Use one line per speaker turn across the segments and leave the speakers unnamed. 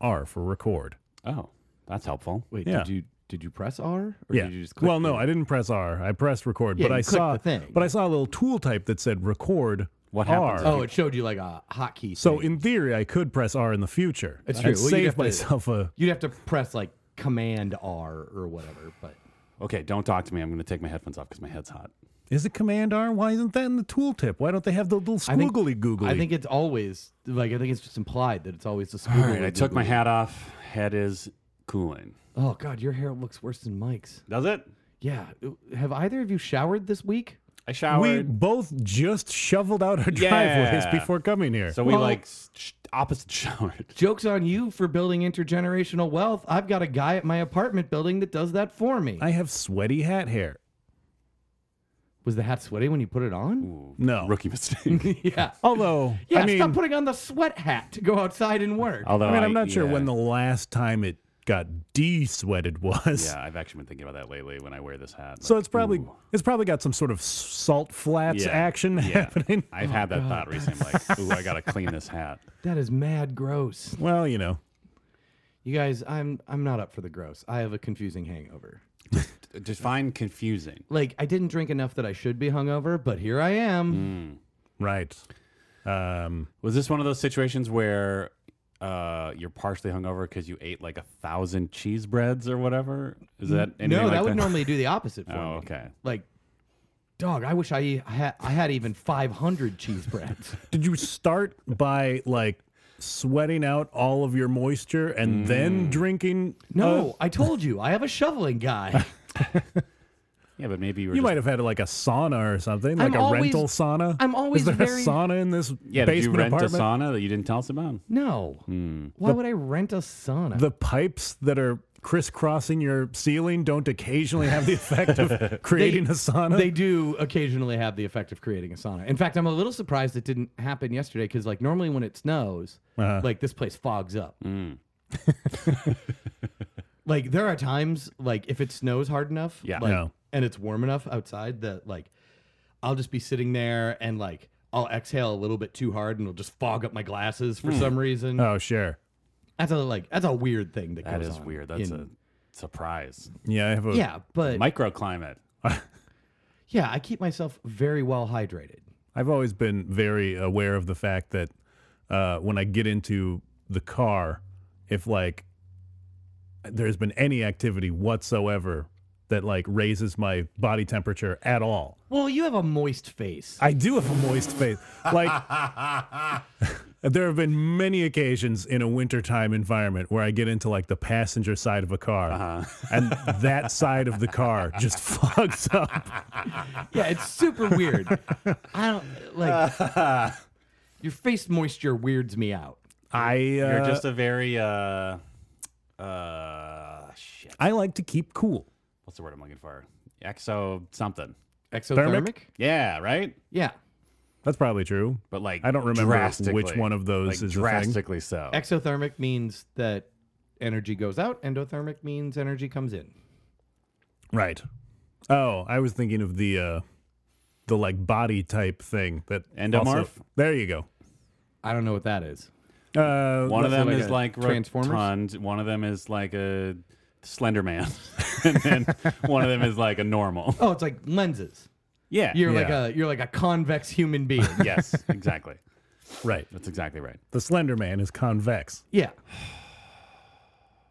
R for record.
Oh, that's helpful.
Wait,
Yeah.
did you did you press R or
yeah.
did you just click?
well, no,
the-
I didn't press R. I pressed record,
Yeah,
but
you
I
clicked
saw
the thing.
but I saw a little tool type that said record
What
R.
happens if
Oh, it showed you like a hotkey.
So
thing.
in theory, I could press R in the future.
It's
I'd
true. Well, you'd
save
have to-
myself a.
you'd have to press like Command R or whatever. But
Okay, don't talk to me. I'm going to take my headphones off because my head's hot.
Is it Command R? Why isn't that in the tooltip? Why don't they have the little
I think-
squiggly googly?
I think it's always like I think it's just implied that it's always the school.
All right, I took my hat off. Head is cooling.
Oh God, your hair looks worse than Mike's.
Does it?
Yeah. Have either of you showered this week?
I
we
showered.
both just shoveled out our driveways
Yeah.
before coming here.
so we
Well-
like s- sh- opposite showered.
Joke's on you for building intergenerational wealth. I've got a guy at my apartment building that does that for me.
I have sweaty hat hair.
Was the hat sweaty when you put it on?
No.
Rookie mistake.
yeah.
Although,
Yeah,
I mean,
stop putting on the sweat hat to go outside and work.
Although
I mean, I'm not sure
yeah.
when the last time it got de-sweated was.
Yeah, I've actually been thinking about that lately when I wear this hat.
So
like,
it's probably
ooh.
it's probably got some sort of salt flats
Yeah,
action
yeah.
happening.
I've had
Oh,
that thought recently. Like, ooh, I gotta clean this hat.
That is mad gross.
Well, you know,
You guys, I'm I'm not up for the gross. I have a confusing hangover.
Just find confusing.
Like I didn't drink enough that I should be hungover, but here I
Mm,
am.
right? Um,
Was this one of those situations where uh, you're partially hungover because you ate like a thousand cheese breads or whatever? Is that anything
no,
like
that would normally do the opposite for
Oh,
me.
okay.
Like, dog, I wish I e- I had I had even 500 cheese breads.
did you start by like sweating out all of your moisture and then drinking? uh,
No, I told you, I have a shoveling guy.
Yeah, but maybe you were.
you
just,
might have had like a sauna or something, like
I'm
a
always-
rental sauna.
I'm always
Is there
very-
a sauna in this
Yeah, did you
basement
rent
apartment?
a sauna that you didn't tell us about?
No,
Hmm.
why would I rent a sauna?
the pipes that are crisscrossing your ceiling don't occasionally have the effect of creating a sauna.
They do occasionally have the effect of creating a sauna. In fact, I'm a little surprised it didn't happen yesterday because, like, normally when it snows, like this place fogs up.
Mm.
like there are times, like if it snows hard enough,
Yeah.
like,
No.
and it's warm enough outside that, like, I'll just be sitting there and like I'll exhale a little bit too hard and it'll just fog up my glasses
Hmm.
for some reason.
oh, sure.
that's a like that's a weird thing that,
That
goes
is
on
weird. That's
in-
a surprise.
Yeah, I have a.
yeah, but
Microclimate.
yeah, I keep myself very well hydrated.
I've always been very aware of the fact that uh, when I get into the car, if like there's been any activity whatsoever that like raises my body temperature at all,
Well, you have a moist face.
I do have a moist face. Like there have been many occasions in a wintertime environment where I get into like the passenger side of a car
Uh-huh.
and that side of the car just fogs up.
Yeah, it's super weird. I don't like your face moisture weirds me out.
I uh,
You're just a very uh uh shit.
I like to keep cool.
What's the word I'm looking for? Exo something.
Exothermic?
Yeah, right?
Yeah.
That's probably true.
But like
I don't remember which
drastically.
one of those
Like,
is the thing.
drastically so.
Exothermic means that energy goes out, endothermic means energy comes in.
Right. Oh, I was thinking of the uh the like body type thing that
Endomorph?
Also, there you go.
I don't know what that is.
Uh,
one of
What's it
them
like
is
a
like
Transformers?
rotund, one of them is like a slender man. and then one of them is like a normal.
Oh, it's like lenses.
Yeah.
You're
Yeah.
like a you're like a convex human being.
yes, exactly.
right.
That's exactly right.
The Slender Man is convex.
yeah.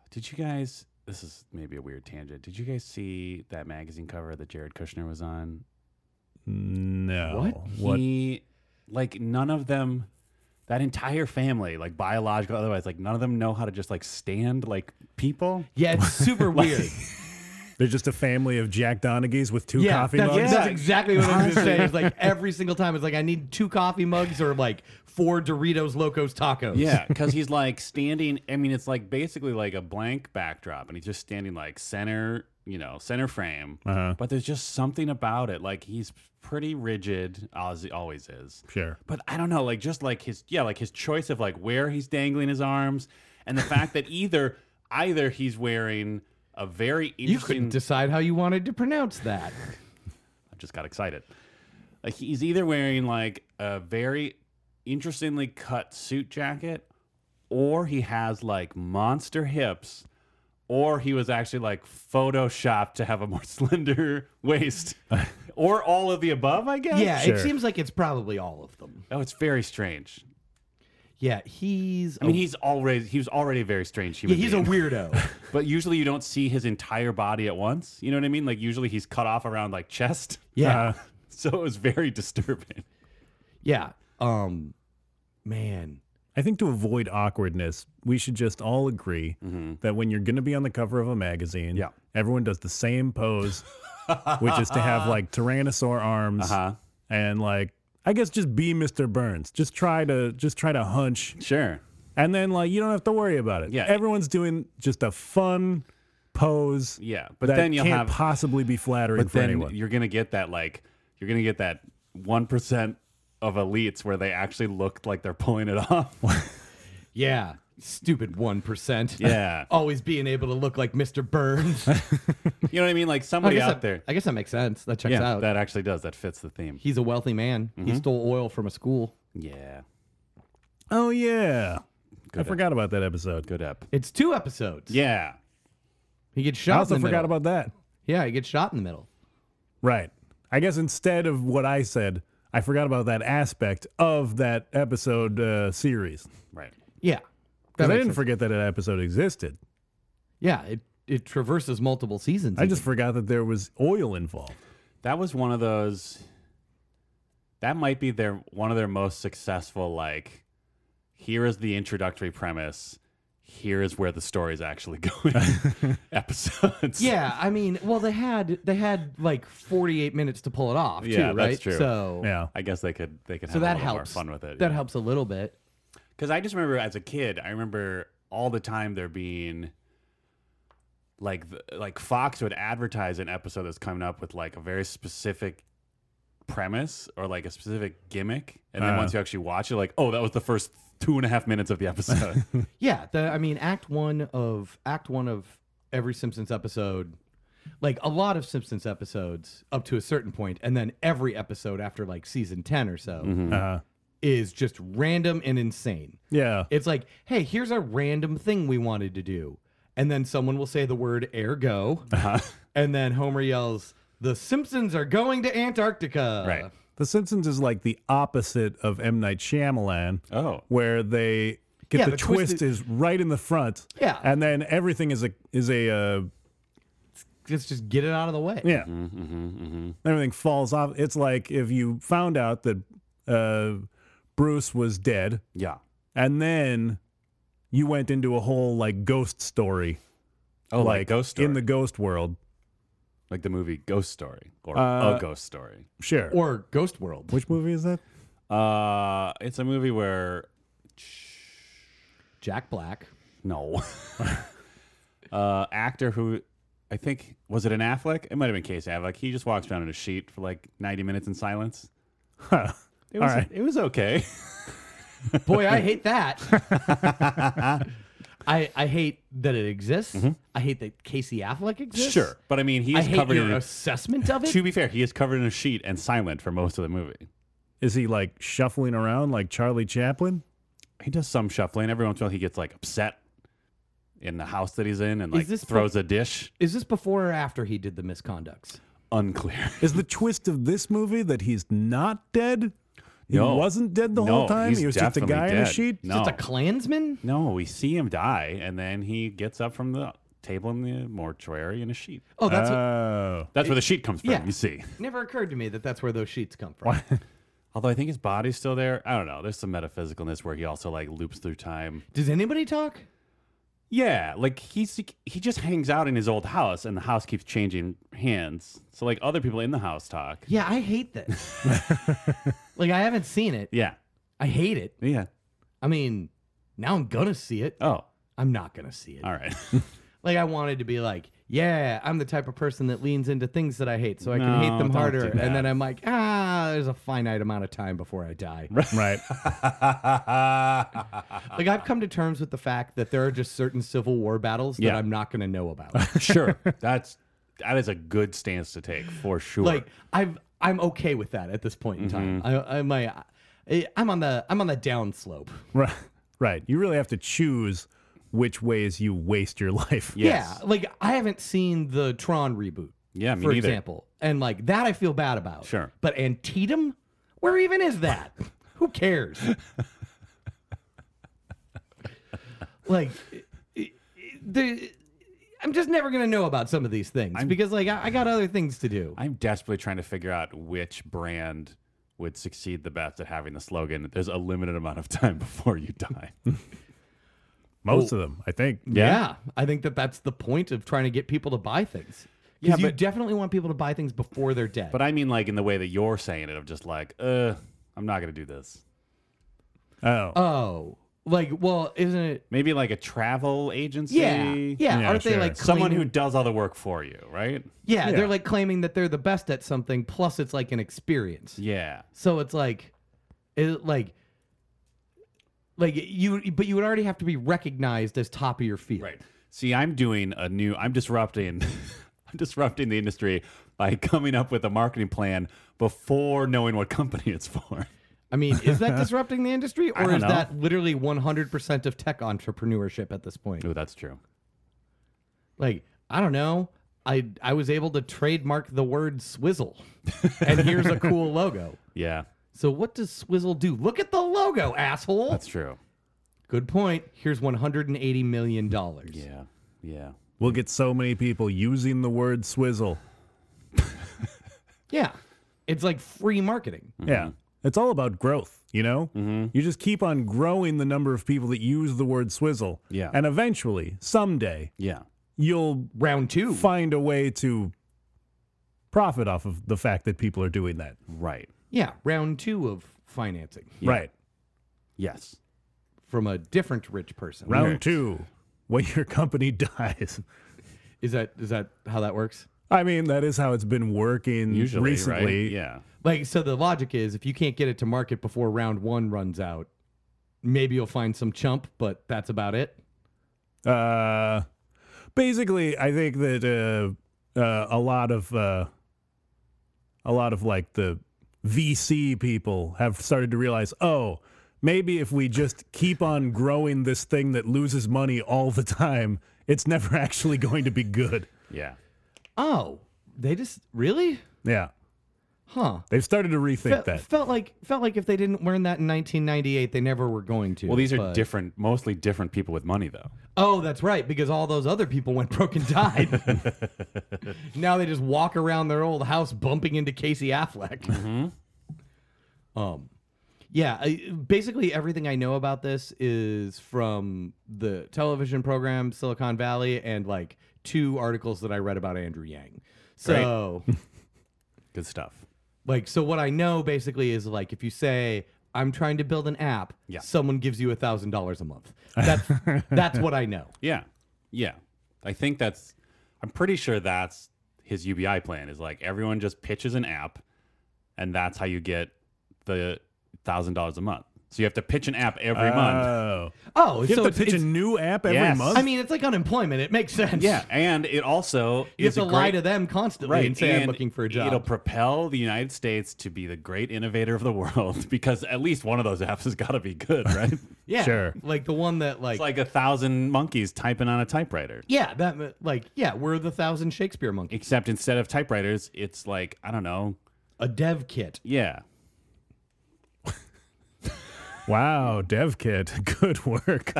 Did you guys? This is maybe a weird tangent. Did you guys see that magazine cover that Jared Kushner was on?
No.
What?
What?
He, like, none of them, that entire family, like biological, otherwise, like, none of them know how to just like stand like people.
Yeah, it's super weird.
They're just a family of Jack Donaghy's with two
Yeah,
coffee
that's,
mugs.
that's exactly what I was gonna say. It's like every single time it's like I need two coffee mugs or like four Doritos Locos tacos.
Yeah, because he's like standing. I mean, it's like basically like a blank backdrop, and he's just standing like center, you know, center frame.
Uh-huh.
But there's just something about it. Like he's pretty rigid, as he always is.
Sure.
But I don't know, like just like his yeah, like his choice of like where he's dangling his arms, and the fact that either either he's wearing a very
You couldn't
interesting.
decide how you wanted to pronounce that.
I just got excited. Like he's either wearing like a very interestingly cut suit jacket or he has like monster hips, or he was actually like photoshopped to have a more slender waist, or all of the above, I guess.
Yeah,
Sure.
it seems like it's probably all of them.
Oh, it's very strange.
Yeah, he's.
I mean, he's already he was already a very strange
Oh. yeah,
human.
he's a
being.
weirdo.
But usually you don't see his entire body at once. You know what I mean? Like usually he's cut off around like chest.
Yeah,
Uh,
So it was very disturbing.
yeah. Um, man,
I think to avoid awkwardness, we should just all agree that when you're going to be on the cover of a magazine,
Mm-hmm. Yeah.
everyone does the same pose, which is to have like tyrannosaur arms
Uh-huh.
and like I guess just be Mr. Burns. Just try to just try to hunch,
Sure.
and then like you don't have to worry about it.
Yeah.
everyone's doing just a fun pose.
Yeah, but
that
then you'll
can't
have-
possibly be flattering
But
for
then
anyone.
you're gonna get that like you're gonna get that one percent of elites where they actually looked like they're pulling it off.
yeah, stupid one percent.
yeah.
always being able to look like Mr. Burns.
You know what I mean? Like
I
somebody
guess
out
that,
there.
I guess that makes sense. That checks
Yeah,
out.
that actually does. That fits the theme.
he's a wealthy man. He stole oil from a school.
Yeah.
oh yeah, I
Good.
forgot about that episode.
Good up.
It's two episodes.
Yeah.
he gets
I
shot.
also
in the
forgot
middle.
about that.
Yeah, he gets shot in the middle.
Right. I guess instead of what I said, I forgot about that aspect of that episode uh, series
Right.
Yeah, That
because I
makes
didn't
sense.
forget that that episode existed.
Yeah, it it traverses multiple seasons.
I just
Mm-hmm.
forgot that there was oil involved.
That was one of those. That might be their one of their most successful. Like, here is the introductory premise. Here is where the story's actually going. episodes.
Yeah, I mean, well, they had they had like forty eight minutes to pull it off.
Yeah, that's
too, right?
true.
So
Yeah.
I guess they could they could have
so that
a little
helps.
more fun with it.
That helps a little bit.
Because I just remember as a kid, I remember all the time there being like the, like Fox would advertise an episode that's coming up with like a very specific premise or like a specific gimmick, and then
Uh.
once you actually watch it, like oh, that was the first two and a half minutes of the episode.
Yeah, the I mean, Act One of Act One of every Simpsons episode, like a lot of Simpsons episodes up to a certain point, and then every episode after like season ten or so
Mm-hmm.
Uh,
is just random and insane.
yeah.
It's like, hey, here's a random thing we wanted to do. And then someone will say the word ergo.
Uh-huh.
And then Homer yells, The Simpsons are going to Antarctica.
Right.
The Simpsons is like the opposite of M. Night Shyamalan,
oh,
where they get
Yeah,
the,
the
twist
twist
is right in the front.
Yeah.
And then everything is a is a uh,
Let's just get it out of the way.
yeah.
Mm-hmm.
Everything falls off. It's like if you found out that uh, Bruce was dead,
yeah.
and then you went into a whole like ghost story,
Oh, like, Ghost Story,
in the ghost world.
like the movie Ghost Story or
Uh,
a Ghost Story.
Sure.
Or Ghost World.
Which movie is that?
Uh, it's a movie where
Jack Black.
No. uh, actor who I think was it an Affleck? It might have been Case Affleck. He just walks around in a sheet for like 90 minutes in silence.
Huh.
It
All
was,
right.
it was okay.
Boy, I hate that. I, I hate that it exists. I hate that Casey Affleck exists.
Mm-hmm. sure, but I mean,
I
he's
hate
covered
your
in. A,
assessment of it.
to be fair, he is covered in a sheet and silent for most of the movie.
Is he like shuffling around like Charlie Chaplin?
He does some shuffling every once in a while. He gets like upset in the house that he's in and
Is
like
this
throws a dish.
Is this before or after he did the misconducts?
Unclear.
Is the twist of this movie that he's not dead? He
No.
wasn't dead the whole
No,
time.
he's
He was just a
definitely
guy in a
dead.
sheet.
No.
Just a Klansman?
No, we see him die, and then he gets up from the table in the mortuary in a sheet.
Oh, that's what-
oh,
That's where the sheet comes from.
yeah.
You see.
Never occurred to me that that's where those sheets come from.
Although I think his body's still there. I don't know. There's some metaphysicalness where he also like loops through time.
Does anybody talk?
Yeah, like he's he just hangs out in his old house, and the house keeps changing hands. So like other people in the house talk.
Yeah, I hate this. like I haven't seen it.
Yeah,
I hate it.
yeah.
I mean, now I'm gonna see it.
Oh,
I'm not gonna see it.
all right.
Like I wanted to be like, yeah, I'm the type of person that leans into things that I hate, so I can hate
No,
them
don't
harder.
do that.
And then I'm like, ah, there's a finite amount of time before I die.
right.
Like I've come to terms with the fact that there are just certain Civil War battles that
Yeah.
I'm not gonna know about.
sure, that's that is a good stance to take for sure. Mm-hmm.
like I've I'm okay with that at this point in time. I, I my I, I'm on the I'm on the down slope.
right. Right. You really have to choose which ways you waste your life.
Yes.
Yeah, like I haven't seen the Tron reboot,
Yeah, me
for
neither.
example, and like that I feel bad about.
Sure.
but Antietam, where even is that? Who cares? like, it- it- the, I'm just never gonna know about some of these things because like I, I got other things to do.
I'm desperately trying to figure out which brand would succeed the best at having the slogan. There's a limited amount of time before you die.
Most of them, I think.
Yeah. I think that that's the point of trying to get people to buy things.
Yeah,
Because you
but-
definitely want people to buy things before they're dead.
But I mean, like in the way that you're saying it, of just like, uh, I'm not gonna do this.
Oh.
oh, like, well, isn't it?
Maybe like a travel agency.
Yeah, yeah.
Yeah,
Aren't they
sure.
like
Someone
claiming-
who does all the work for you, right?
Yeah,
Yeah.
they're like claiming that they're the best at something. Plus, it's like an experience.
Yeah.
So it's like, it like, like you, but you would already have to be recognized as top of your field.
Right. See, I'm doing a new. I'm disrupting. I'm disrupting the industry by coming up with a marketing plan before knowing what company it's for.
I mean, is that disrupting the industry, or
don't
is
know.
that literally 100% of tech entrepreneurship at this point?
Oh, that's true.
Like, I don't know. I I was able to trademark the word swizzle, and here's a cool logo.
Yeah,
So what does swizzle do? Look at the logo, asshole.
that's true.
Good point. Here's 180 million dollars.
Yeah, yeah.
We'll get so many people using the word swizzle.
Yeah. It's like free marketing.
Mm-hmm.
Yeah. It's all about growth, you know? Mm-hmm. You just keep on growing the number of people that use the word swizzle.
Yeah.
And eventually, someday,
Yeah.
you'll
Round two.
find a way to profit off of the fact that people are doing that.
Right.
Yeah, round two of financing
Right.
Yes.
from a different rich person.
Round
Right.
two, when your company dies.
Is that is that how that works?
I mean, that is how it's been working
Usually,
recently.
right? Yeah.
Like so the logic is if you can't get it to market before round 1 runs out, maybe you'll find some chump, but that's about it.
Uh, basically, I think that uh, uh, a lot of uh, a lot of like the VC people have started to realize, oh, maybe if we just keep on growing this thing that loses money all the time, it's never actually going to be good.
Yeah.
Oh, they just really?
Yeah,
Huh.
they've started to rethink
Fe-
that.
Felt like felt like if they didn't learn that in 1998, they never were going to.
Well, these are
but-
different, mostly different people with money, though.
Oh, that's right, because all those other people went broke and died. now they just walk around their old house bumping into Casey Affleck.
Mm-hmm.
Um, yeah, I, basically everything I know about this is from the television program Silicon Valley and like two articles that I read about Andrew Yang. So,
Good stuff.
like, so what I know basically is like if you say I'm trying to build an app,
Yeah.
someone gives you a thousand dollars a month. That's that's what I know.
Yeah. Yeah. I think that's, I'm pretty sure that's his UBI plan is like everyone just pitches an app and that's how you get the $1,000 a month. So you have to pitch an app every
Ah.
month.
Oh,
Oh,
you have
so
to
it's,
pitch a
it's-
new app every
Yes.
month.
I mean, it's like unemployment. It makes sense.
Yeah. And it also
You have
is
to
a
lie
great-
to them constantly
Right.
and say I'm
and
looking for a job.
It'll propel the United States to be the great innovator of the world because at least one of those apps has got to be good, right? it's
yeah.
Sure.
Like the one that like,
like a thousand monkeys typing on a typewriter.
yeah, that like yeah, we're the thousand Shakespeare monkey.
Except instead of typewriters, it's like, I don't know.
A dev kit.
Yeah.
wow, dev kit, good work.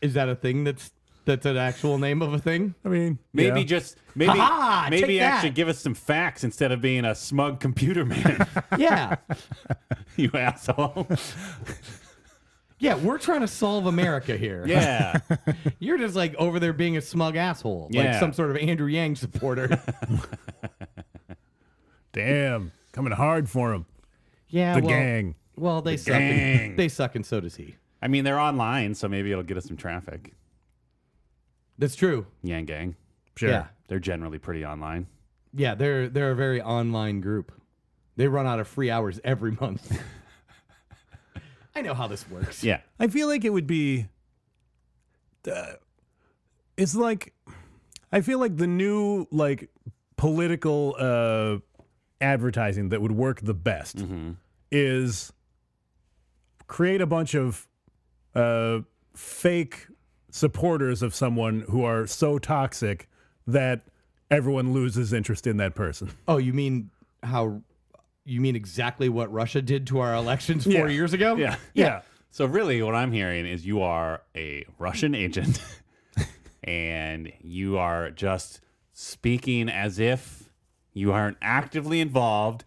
Is that a thing that's that's an actual name of a thing?
I mean,
Maybe
yeah.
just maybe
Ha-ha,
maybe
take
actually
that.
give us some facts instead of being a smug computer man,
Yeah.
you asshole.
yeah, we're trying to solve America here.
Yeah.
You're just like over there being a smug asshole, like
Yeah.
some sort of Andrew Yang supporter.
damn coming hard for him.
yeah,
The
well,
gang.
Well, they suck.
gang.
And, they suck, and so does he.
I mean, they're online, so maybe it'll get us some traffic.
That's true.
Yang gang.
Sure.
Yeah.
They're generally pretty online.
Yeah, they're they're a very online group. They run out of free hours every month. I know how this works.
Yeah.
I feel like it would be. Uh, it's like, I feel like the new like political uh, advertising that would work the best is create a bunch of uh, fake supporters of someone who are so toxic that everyone loses interest in that person.
Oh, you mean how? You mean exactly what Russia did to our elections four
Yeah.
years ago?
Yeah.
Yeah.
So really, what I'm hearing is you are a Russian agent, and you are just speaking as if you aren't actively involved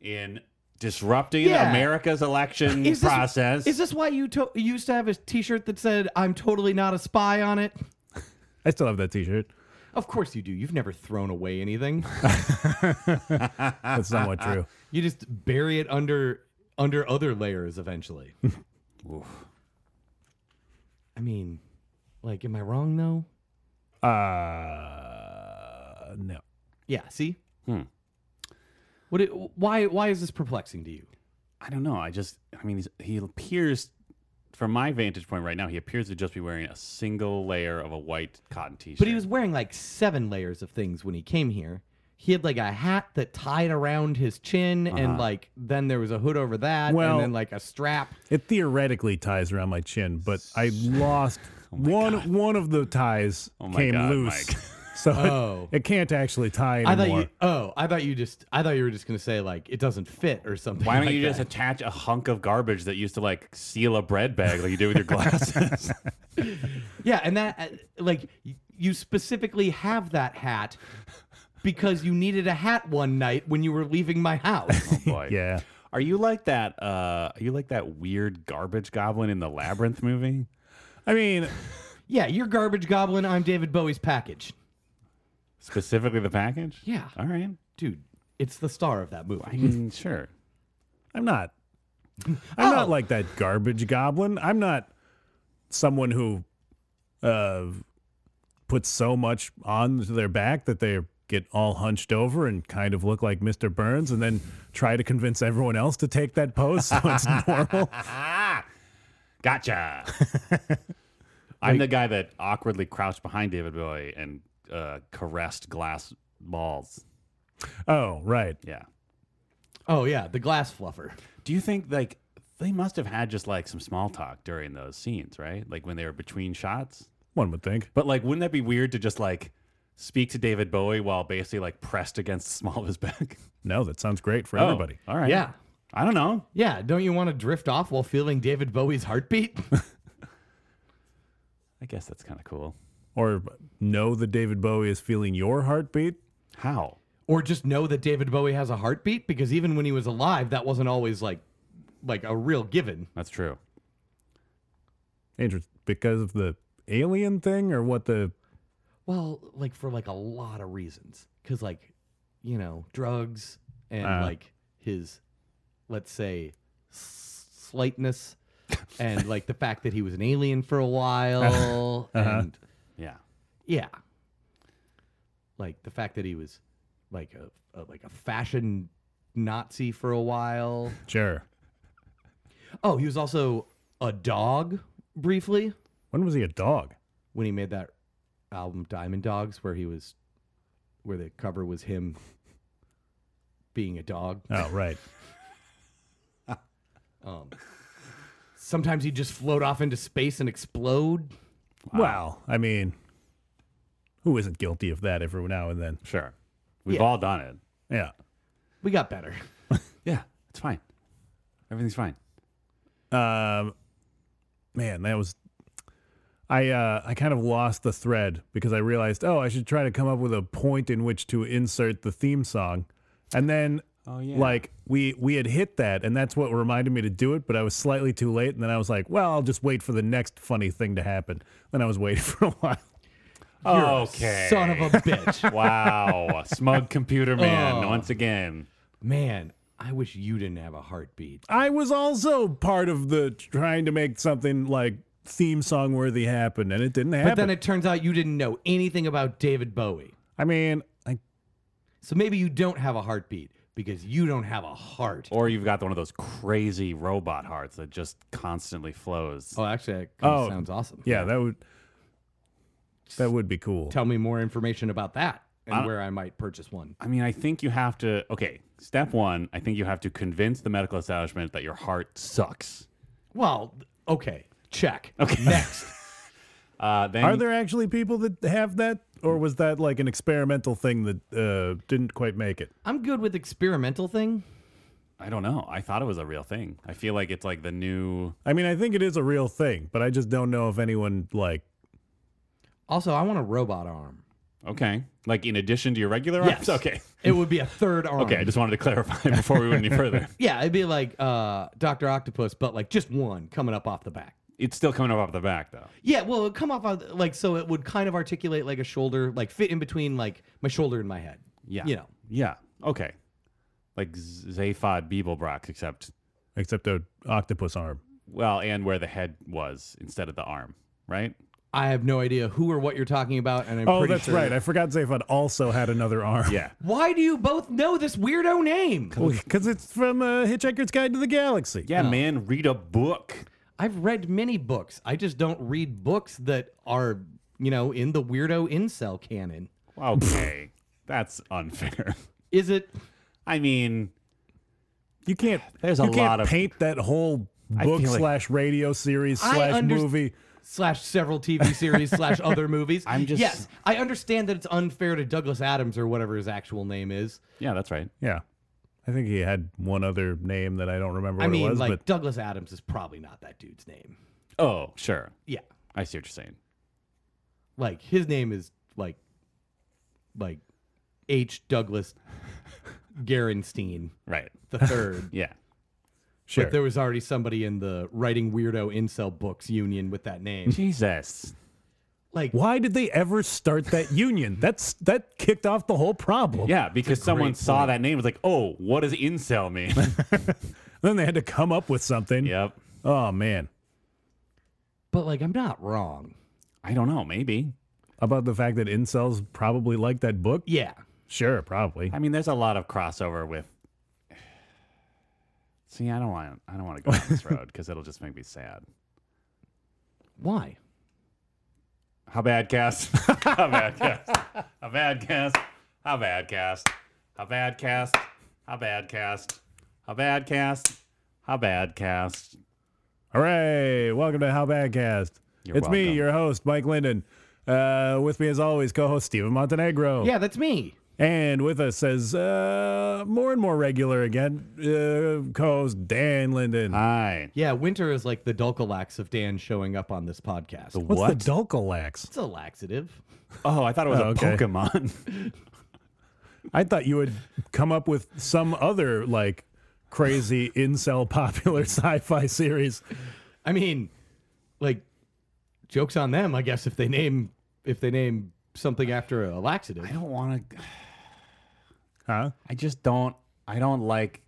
in disrupting
Yeah.
America's election
Is this-
process.
Is this why you to- you used to have a T-shirt that said "I'm totally not a spy" on it?
I still have that T-shirt.
Of course you do. You've never thrown away anything.
That's somewhat true.
you just bury it under under other layers eventually. I mean, like, am I wrong though?
Uh, no.
Yeah. See.
Hmm.
What? It, why? Why is this perplexing to you?
I don't know. I just, I mean, he's, he appears, from my vantage point right now, he appears to just be wearing a single layer of a white cotton t-shirt.
But he was wearing like seven layers of things when he came here. He had like a hat that tied around his chin,
Uh-huh.
and like then there was a hood over that,
Well-
and then like a strap.
It theoretically ties around my chin, but I lost one. One of the ties
Oh my
came
God,
loose,
Mike.
so it-
Oh.
it, can't actually tie
I thought
anymore.
you. Oh, I thought you just. I thought you were just gonna say like it doesn't fit or something.
Why don't
like
you
that.
just attach a hunk of garbage that used to like seal a bread bag like you do with your glasses?
Yeah, and that uh, like y- you specifically have that hat because you needed a hat one night when you were leaving my house.
Boy.
yeah.
Are you like that? Uh, are you like that weird garbage goblin in the labyrinth movie?
I mean,
yeah, you're garbage goblin. I'm David Bowie's package.
Specifically, the package.
Yeah. Hmm.
All right.
Dude, it's the star of that
I
movie.
mean, sure.
I'm not. I'm
Oh.
not like that garbage goblin. I'm not someone who uh, puts so much on their back that they get all hunched over and kind of look like Mr. Burns, and then try to convince everyone else to take that pose so it's normal.
Ah, gotcha. I'm the guy that awkwardly crouched behind David Bowie and uh, caressed glass balls.
Oh, right.
Yeah.
Oh yeah, the glass fluffer.
Do you think like they must have had just like some small talk during those scenes, right? Like when they were between shots.
One would think.
But like, wouldn't that be weird to just like speak to David Bowie while basically like pressed against the small of his back?
No, that sounds great for
Oh,
everybody.
all right.
Yeah.
I don't know.
Yeah, don't you want to drift off while feeling David Bowie's heartbeat?
I guess that's kind of cool.
Or know that David Bowie is feeling your heartbeat.
How?
or just know that David Bowie has a heartbeat because even when he was alive, that wasn't always like like a real given.
That's true.
Interest because of the alien thing or what the
Well, like for like a lot of reasons, because like, you know, drugs and
Uh.
like his, let's say, s- slightness, and like the fact that he was an alien for a while, and
Yeah.
yeah, like the fact that he was like a, a like a fashion Nazi for a while.
sure.
Oh, he was also a dog briefly
When was he a dog?
when he made that album Diamond Dogs, where he was, where the cover was him being a dog.
Oh, right.
Um, sometimes he'd just float off into space and explode.
Well, I mean, who isn't guilty of that every now and then?
Sure. We've
Yeah.
all done it.
Yeah.
We got better.
Yeah. It's fine. Everything's fine.
Um, man, that was. I uh, I kind of lost the thread because I realized, oh, I should try to come up with a point in which to insert the theme song, and then
Oh, yeah.
like we we had hit that, and that's what reminded me to do it. But I was slightly too late, and then I was like, well, I'll just wait for the next funny thing to happen. Then I was waiting for a while.
You're a
okay.
son of a bitch,
wow. Smug computer man
Oh.
once again.
man. I wish you didn't have a heartbeat.
I was also part of the trying to make something like theme song worthy happen, and it didn't happen.
But then it turns out you didn't know anything about David Bowie.
I mean, I
So maybe you don't have a heartbeat because you don't have a heart.
Or you've got one of those crazy robot hearts that just constantly flows.
Oh, actually, that kinda
Oh,
sounds awesome.
yeah, that would that would be cool.
tell me more information about that and where I might purchase one.
I mean, I think you have to. Okay, step one, I think you have to convince the medical establishment that your heart sucks.
Well, okay. Check.
Okay.
Next.
Uh, then
Are there actually people that have that, or was that like an experimental thing that uh, didn't quite make it?
I'm good with experimental thing.
I don't know. I thought it was a real thing. I feel like it's like the new.
I mean, I think it is a real thing, but I just don't know if anyone like.
Also, I want a robot arm.
Okay, like in addition to your regular arms.
Yes.
Okay.
It would be a third arm.
Okay, I just wanted to clarify before we went any further.
Yeah, it'd be like uh, Doctor Octopus, but like just one coming up off the back.
It's still coming up off the back though.
Yeah, well, it'd come off of- like so it would kind of articulate like a shoulder, like fit in between like my shoulder and my head.
Yeah.
You know.
Yeah. Okay. Like Z- Zaphod Beeblebrox, except
Except a octopus arm.
well, and where the head was instead of the arm, right?
I have no idea who or what you're talking about, and I'm
Oh,
pretty
that's
sure.
right. I forgot Zaphod also had another arm.
Yeah.
Why do you both know this weirdo name?
Because it's from uh, Hitchhiker's Guide to the Galaxy.
Yeah, man, read a book.
I've read many books. I just don't read books that are, you know, in the weirdo incel canon.
Okay. That's unfair.
Is it?
I mean,
You can't.
There's a
you can't
lot of-
paint that whole book
feel like-
slash radio series
I
slash
under-
movie.
Slash several TV series, slash other movies.
I'm just-
Yes, I understand that it's unfair to Douglas Adams or whatever his actual name is.
yeah, that's right.
Yeah, I think he had one other name that I don't remember what
I mean,
it was,
like,
but
Douglas Adams is probably not that dude's name.
Oh, sure.
Yeah.
I see what you're saying.
Like, his name is, like, like H. Douglas Gerenstein
Right.
the third.
Yeah.
sure.
But there was already somebody in the writing weirdo incel books union with that name.
Jesus.
Like,
Why did they ever start that union? That's that kicked off the whole problem.
Yeah, because someone saw that name and was like, oh, what does incel mean?
Then they had to come up with something.
yep.
Oh man.
but like, I'm not wrong.
I don't know. Maybe.
About the fact that incels probably like that book?
Yeah.
Sure, probably.
I mean, there's a lot of crossover with. See, I don't want. I don't want to go down this road because it'll just make me sad.
Why?
How bad cast? How bad cast? How bad cast? How bad cast? How bad cast? How bad cast? How bad cast? How bad cast?
Hooray! Welcome to How Bad Cast.
You're
it's me,
welcome.
your host, Mike Linden. Uh, with me, as always, co-host Steven Montenegro.
Yeah, that's me.
And with us as uh, more and more regular again, uh, co-host Dan Linden.
Uh, Hi.
Yeah, Winter is like the Dulcolax of Dan showing up on this podcast.
What's
what?
the Dulcolax?
It's a laxative.
Oh, I thought it was
Oh,
a
okay.
Pokemon.
I thought you would come up with some other like crazy incel popular sci-fi series.
I mean, like, jokes on them, I guess, if they name if they name something after a laxative.
I don't want to.
Huh?
I just don't. I don't like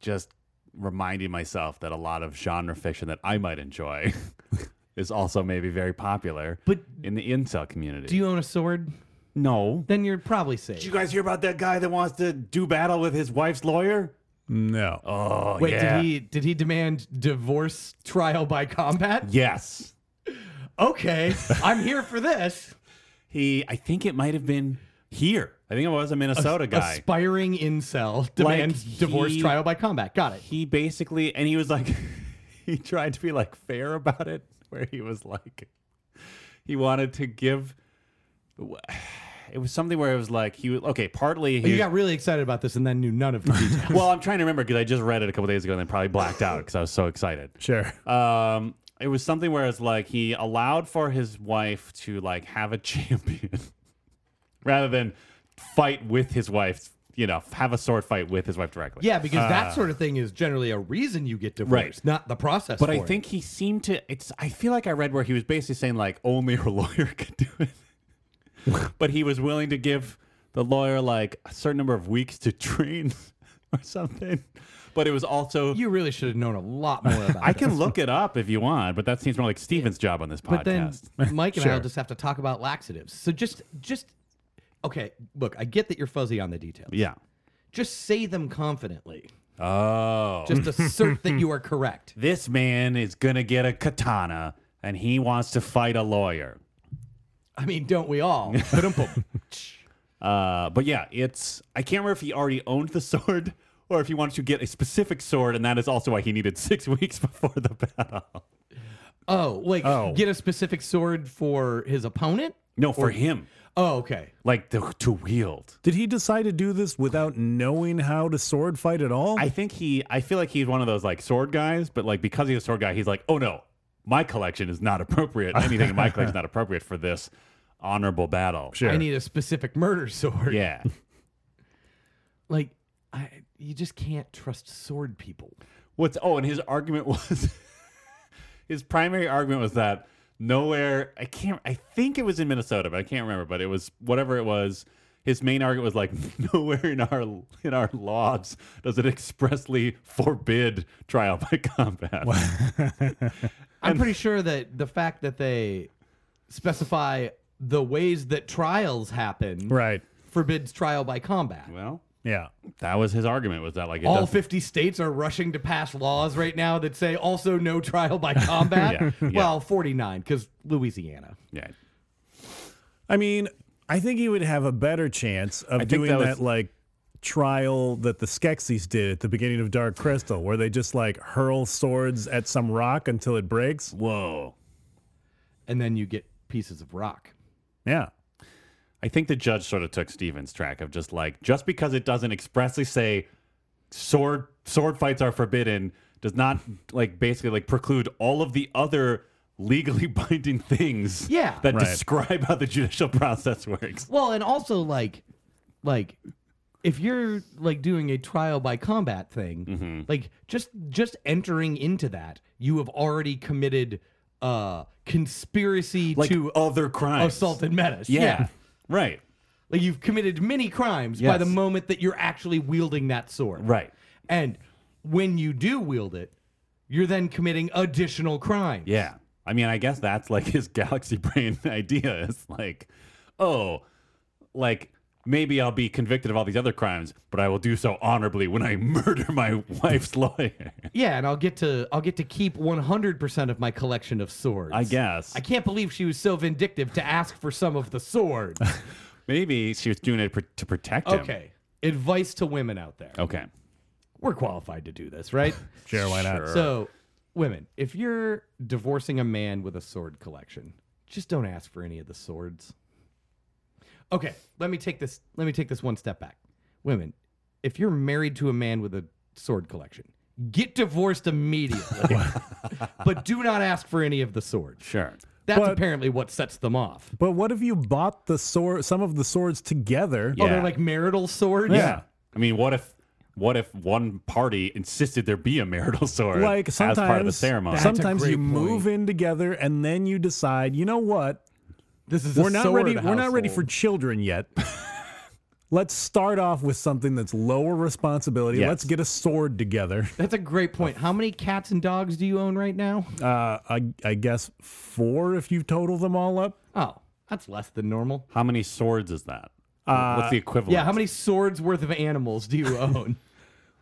just reminding myself that a lot of genre fiction that I might enjoy is also maybe very popular
But
in the incel community.
do you own a sword?
no?
Then you're probably safe.
Did you guys hear about that guy that wants to do battle with his wife's lawyer?
No.
Oh,
Wait,
yeah.
did he did he demand divorce trial by combat?
Yes,
Okay, I'm here for this.
he. I think it might have been here. I think it was a Minnesota guy.
Aspiring incel demands
Like,
divorce
he-
trial by combat. Got it.
he basically and he was like he tried to be like fair about it where he was like he wanted to give it was something where it was like he was okay partly he
Oh, You got really excited about this and then knew none of the details.
well i'm trying to remember because i just read it a couple days ago and then probably blacked out because i was so excited
Sure.
um it was something where it's like he allowed for his wife to like have a champion rather than fight with his wife you know have a sword fight with his wife directly
yeah, because that sort of thing is generally a reason you get divorced,
Uh. Right.
not the process.
But
for
I
it.
think he seemed to. It's. I feel like I read where he was basically saying like only her lawyer could do it, but he was willing to give the lawyer like a certain number of weeks to train or something. But it was also.
you really should have known a lot more about.
I
this.
can look it up if you want, but that seems more like Steven's job on this
But then
podcast.
Mike and I'll
Sure.
just have to talk about laxatives. So just just okay. Look, I get that you're fuzzy on the details.
yeah.
Just say them confidently.
Oh.
Just assert that you are correct.
this man is gonna get a katana, and he wants to fight a lawyer.
I mean, don't we all?
Uh, but yeah, it's I can't remember if he already owned the sword or if he wanted to get a specific sword, and that is also why he needed six weeks before the battle.
Oh, like
Oh.
get a specific sword for his opponent?
No, for him,
Oh, okay.
like to, to wield.
Did he decide to do this without knowing how to sword fight at all?
I think he. I feel like he's one of those like sword guys, but like because he's a sword guy, he's like, oh no, my collection is not appropriate. Anything in my collection is not appropriate for this honorable battle.
sure.
I need a specific murder sword.
Yeah.
Like I you just can't trust sword people.
What's oh, and his argument was his primary argument was that nowhere I can't I think it was in Minnesota, but I can't remember. But it was whatever it was. His main argument was like nowhere in our in our laws does it expressly forbid trial by combat.
I'm pretty sure that the fact that they specify the ways that trials happen
right.
forbids trial by combat.
Well,
Yeah.
that was his argument was that like it
all
doesn't-
50 states are rushing to pass laws right now that say also no trial by combat.
Yeah, yeah.
Well, 49 because Louisiana.
yeah.
I mean, I think he would have a better chance of
think
doing
that
that,
was-
like trial that the Skeksis did at the beginning of Dark Crystal, where they just like hurl swords at some rock until it breaks.
Whoa.
And then you get pieces of rock.
Yeah.
I think the judge sort of took Steven's track of just like just because it doesn't expressly say sword sword fights are forbidden does not like basically like preclude all of the other legally binding things
Yeah.
that
Right.
describe how the judicial process works.
Well, and also like, like, if you're like doing a trial by combat thing,
Mm-hmm.
like just just entering into that, you have already committed uh conspiracy
Like
to
other crimes.
assault and menace.
Yeah. Right.
like you've committed many crimes by
Yes.
the moment that you're actually wielding that sword.
Right.
And when you do wield it, you're then committing additional crimes.
Yeah. I mean, I guess that's like his galaxy brain idea is like, oh, like maybe I'll be convicted of all these other crimes, but I will do so honorably when I murder my wife's lawyer.
Yeah, and I'll get to I'll get to keep 100% of my collection of swords.
I guess.
I can't believe she was so vindictive to ask for some of the sword.
Maybe she was doing it pr- to protect him.
okay. Advice to women out there.
Okay.
We're qualified to do this, right?
Oh. Sure. Why not?
So, women, if you're divorcing a man with a sword collection, just don't ask for any of the swords. Okay, let me take this let me take this one step back. Women, if you're married to a man with a sword collection, get divorced immediately. but do not ask for any of the swords.
Sure.
That's
But-
apparently what sets them off.
But what if you bought the sword, some of the swords together?
Yeah.
Oh, they're like marital swords?
Yeah.
I mean, what if what if one party insisted there be a marital sword
Like sometimes,
as part of the ceremony?
That's a
sometimes you
great
move in together and then you decide, you know what?
This is a
We're not
sword
ready. We're not ready for
household.
children yet. Let's start off with something that's lower responsibility.
Yes.
Let's get a sword together.
That's a great point. How many cats and dogs do you own right now?
Uh, I, I guess four if you total them all up.
Oh, that's less than normal.
How many swords is that? What's the equivalent?
Yeah, how many swords worth of animals do you own?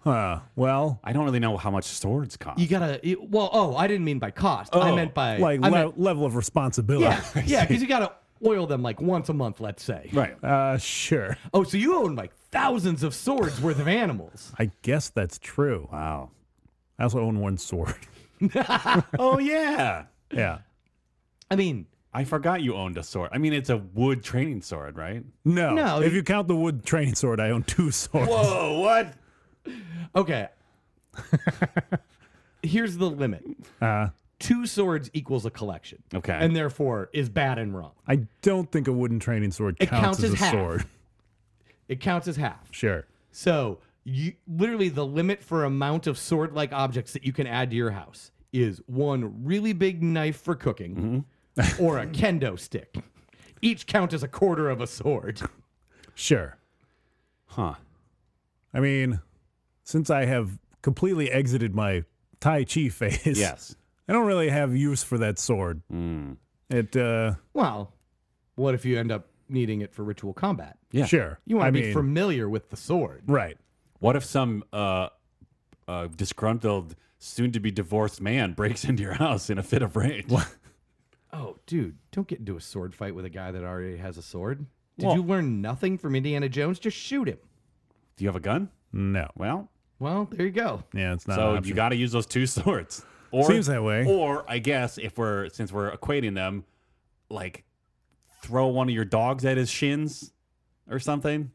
Huh. Well,
I don't really know how much swords cost.
you gotta. You, well, oh, I didn't mean by cost. I
Oh,
meant by
like
I
le-
meant,
level of responsibility.
yeah, yeah, because you gotta oil them like once a month, let's say.
right.
Uh, sure.
Oh, so you own like thousands of swords worth of animals.
I guess that's true.
Wow.
I also own one sword.
Oh yeah.
yeah.
I mean,
I forgot you owned a sword. I mean, it's a wood training sword, right?
No.
No,
If
you-
you count the wood training sword, I own two swords.
Whoa! What?
okay. Here's the limit.
Uh,
Two swords equals a collection.
Okay.
And therefore is bad and wrong.
I don't think a wooden training sword
It
counts,
counts
as,
as
a
half.
sword.
It counts as half.
Sure.
So you literally the limit for amount of sword like objects that you can add to your house is one really big knife for cooking
Mm-hmm.
or a kendo stick. Each count as a quarter of a sword.
Sure.
Huh.
I mean, since I have completely exited my Tai Chi phase,
Yes. Hmm.
I don't really have use for that sword. It, uh,
Well, what if you end up needing it for ritual combat?
Yeah.
sure.
You want
I
to be
mean,
familiar with the sword.
Right.
What if some uh, uh, disgruntled, soon-to-be divorced man breaks into your house in a fit of rage?
Oh, dude, don't get into a sword fight with a guy that already has a sword. Did
Well-
you learn nothing from Indiana Jones? Just shoot him.
Do you have a gun?
No.
Well,
Well, there you go.
Yeah, it's not. an
so
option.
you got to use those two swords. Or,
Uh, Seems that way.
Or I guess if we're since we're equating them, like throw one of your dogs at his shins or something.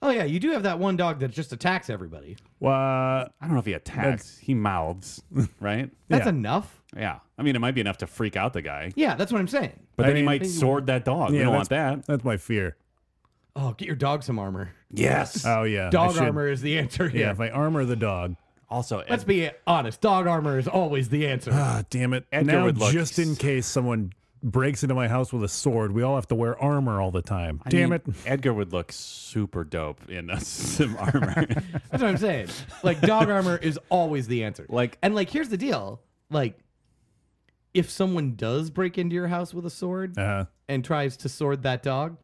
Oh yeah, you do have that one dog that just attacks everybody.
Well,
I don't know if he attacks. he mouths, right?
That's
Yeah.
enough.
yeah. I mean, it might be enough to freak out the guy,
Yeah, that's what I'm saying.
but
I
then he
mean-
might sword that dog. we
Yeah,
don't want that.
that's my fear.
Oh, get your dog some armor.
Yes.
Oh yeah, I
Dog
should-
armor is the answer here.
Yeah, if I armor the dog.
also,
Let's be honest. Dog armor is always the answer.
Ah, damn it!
Edgar
now,
would look
just in case someone breaks into my house with a sword, we all have to wear armor all the time.
I
damn
mean,
it!
Edgar would look super dope in uh, some armor.
That's what I'm saying. Like dog armor is always the answer.
Like-
and like here's the deal. Like if someone does break into your house with a sword
Uh,
and tries to sword that dog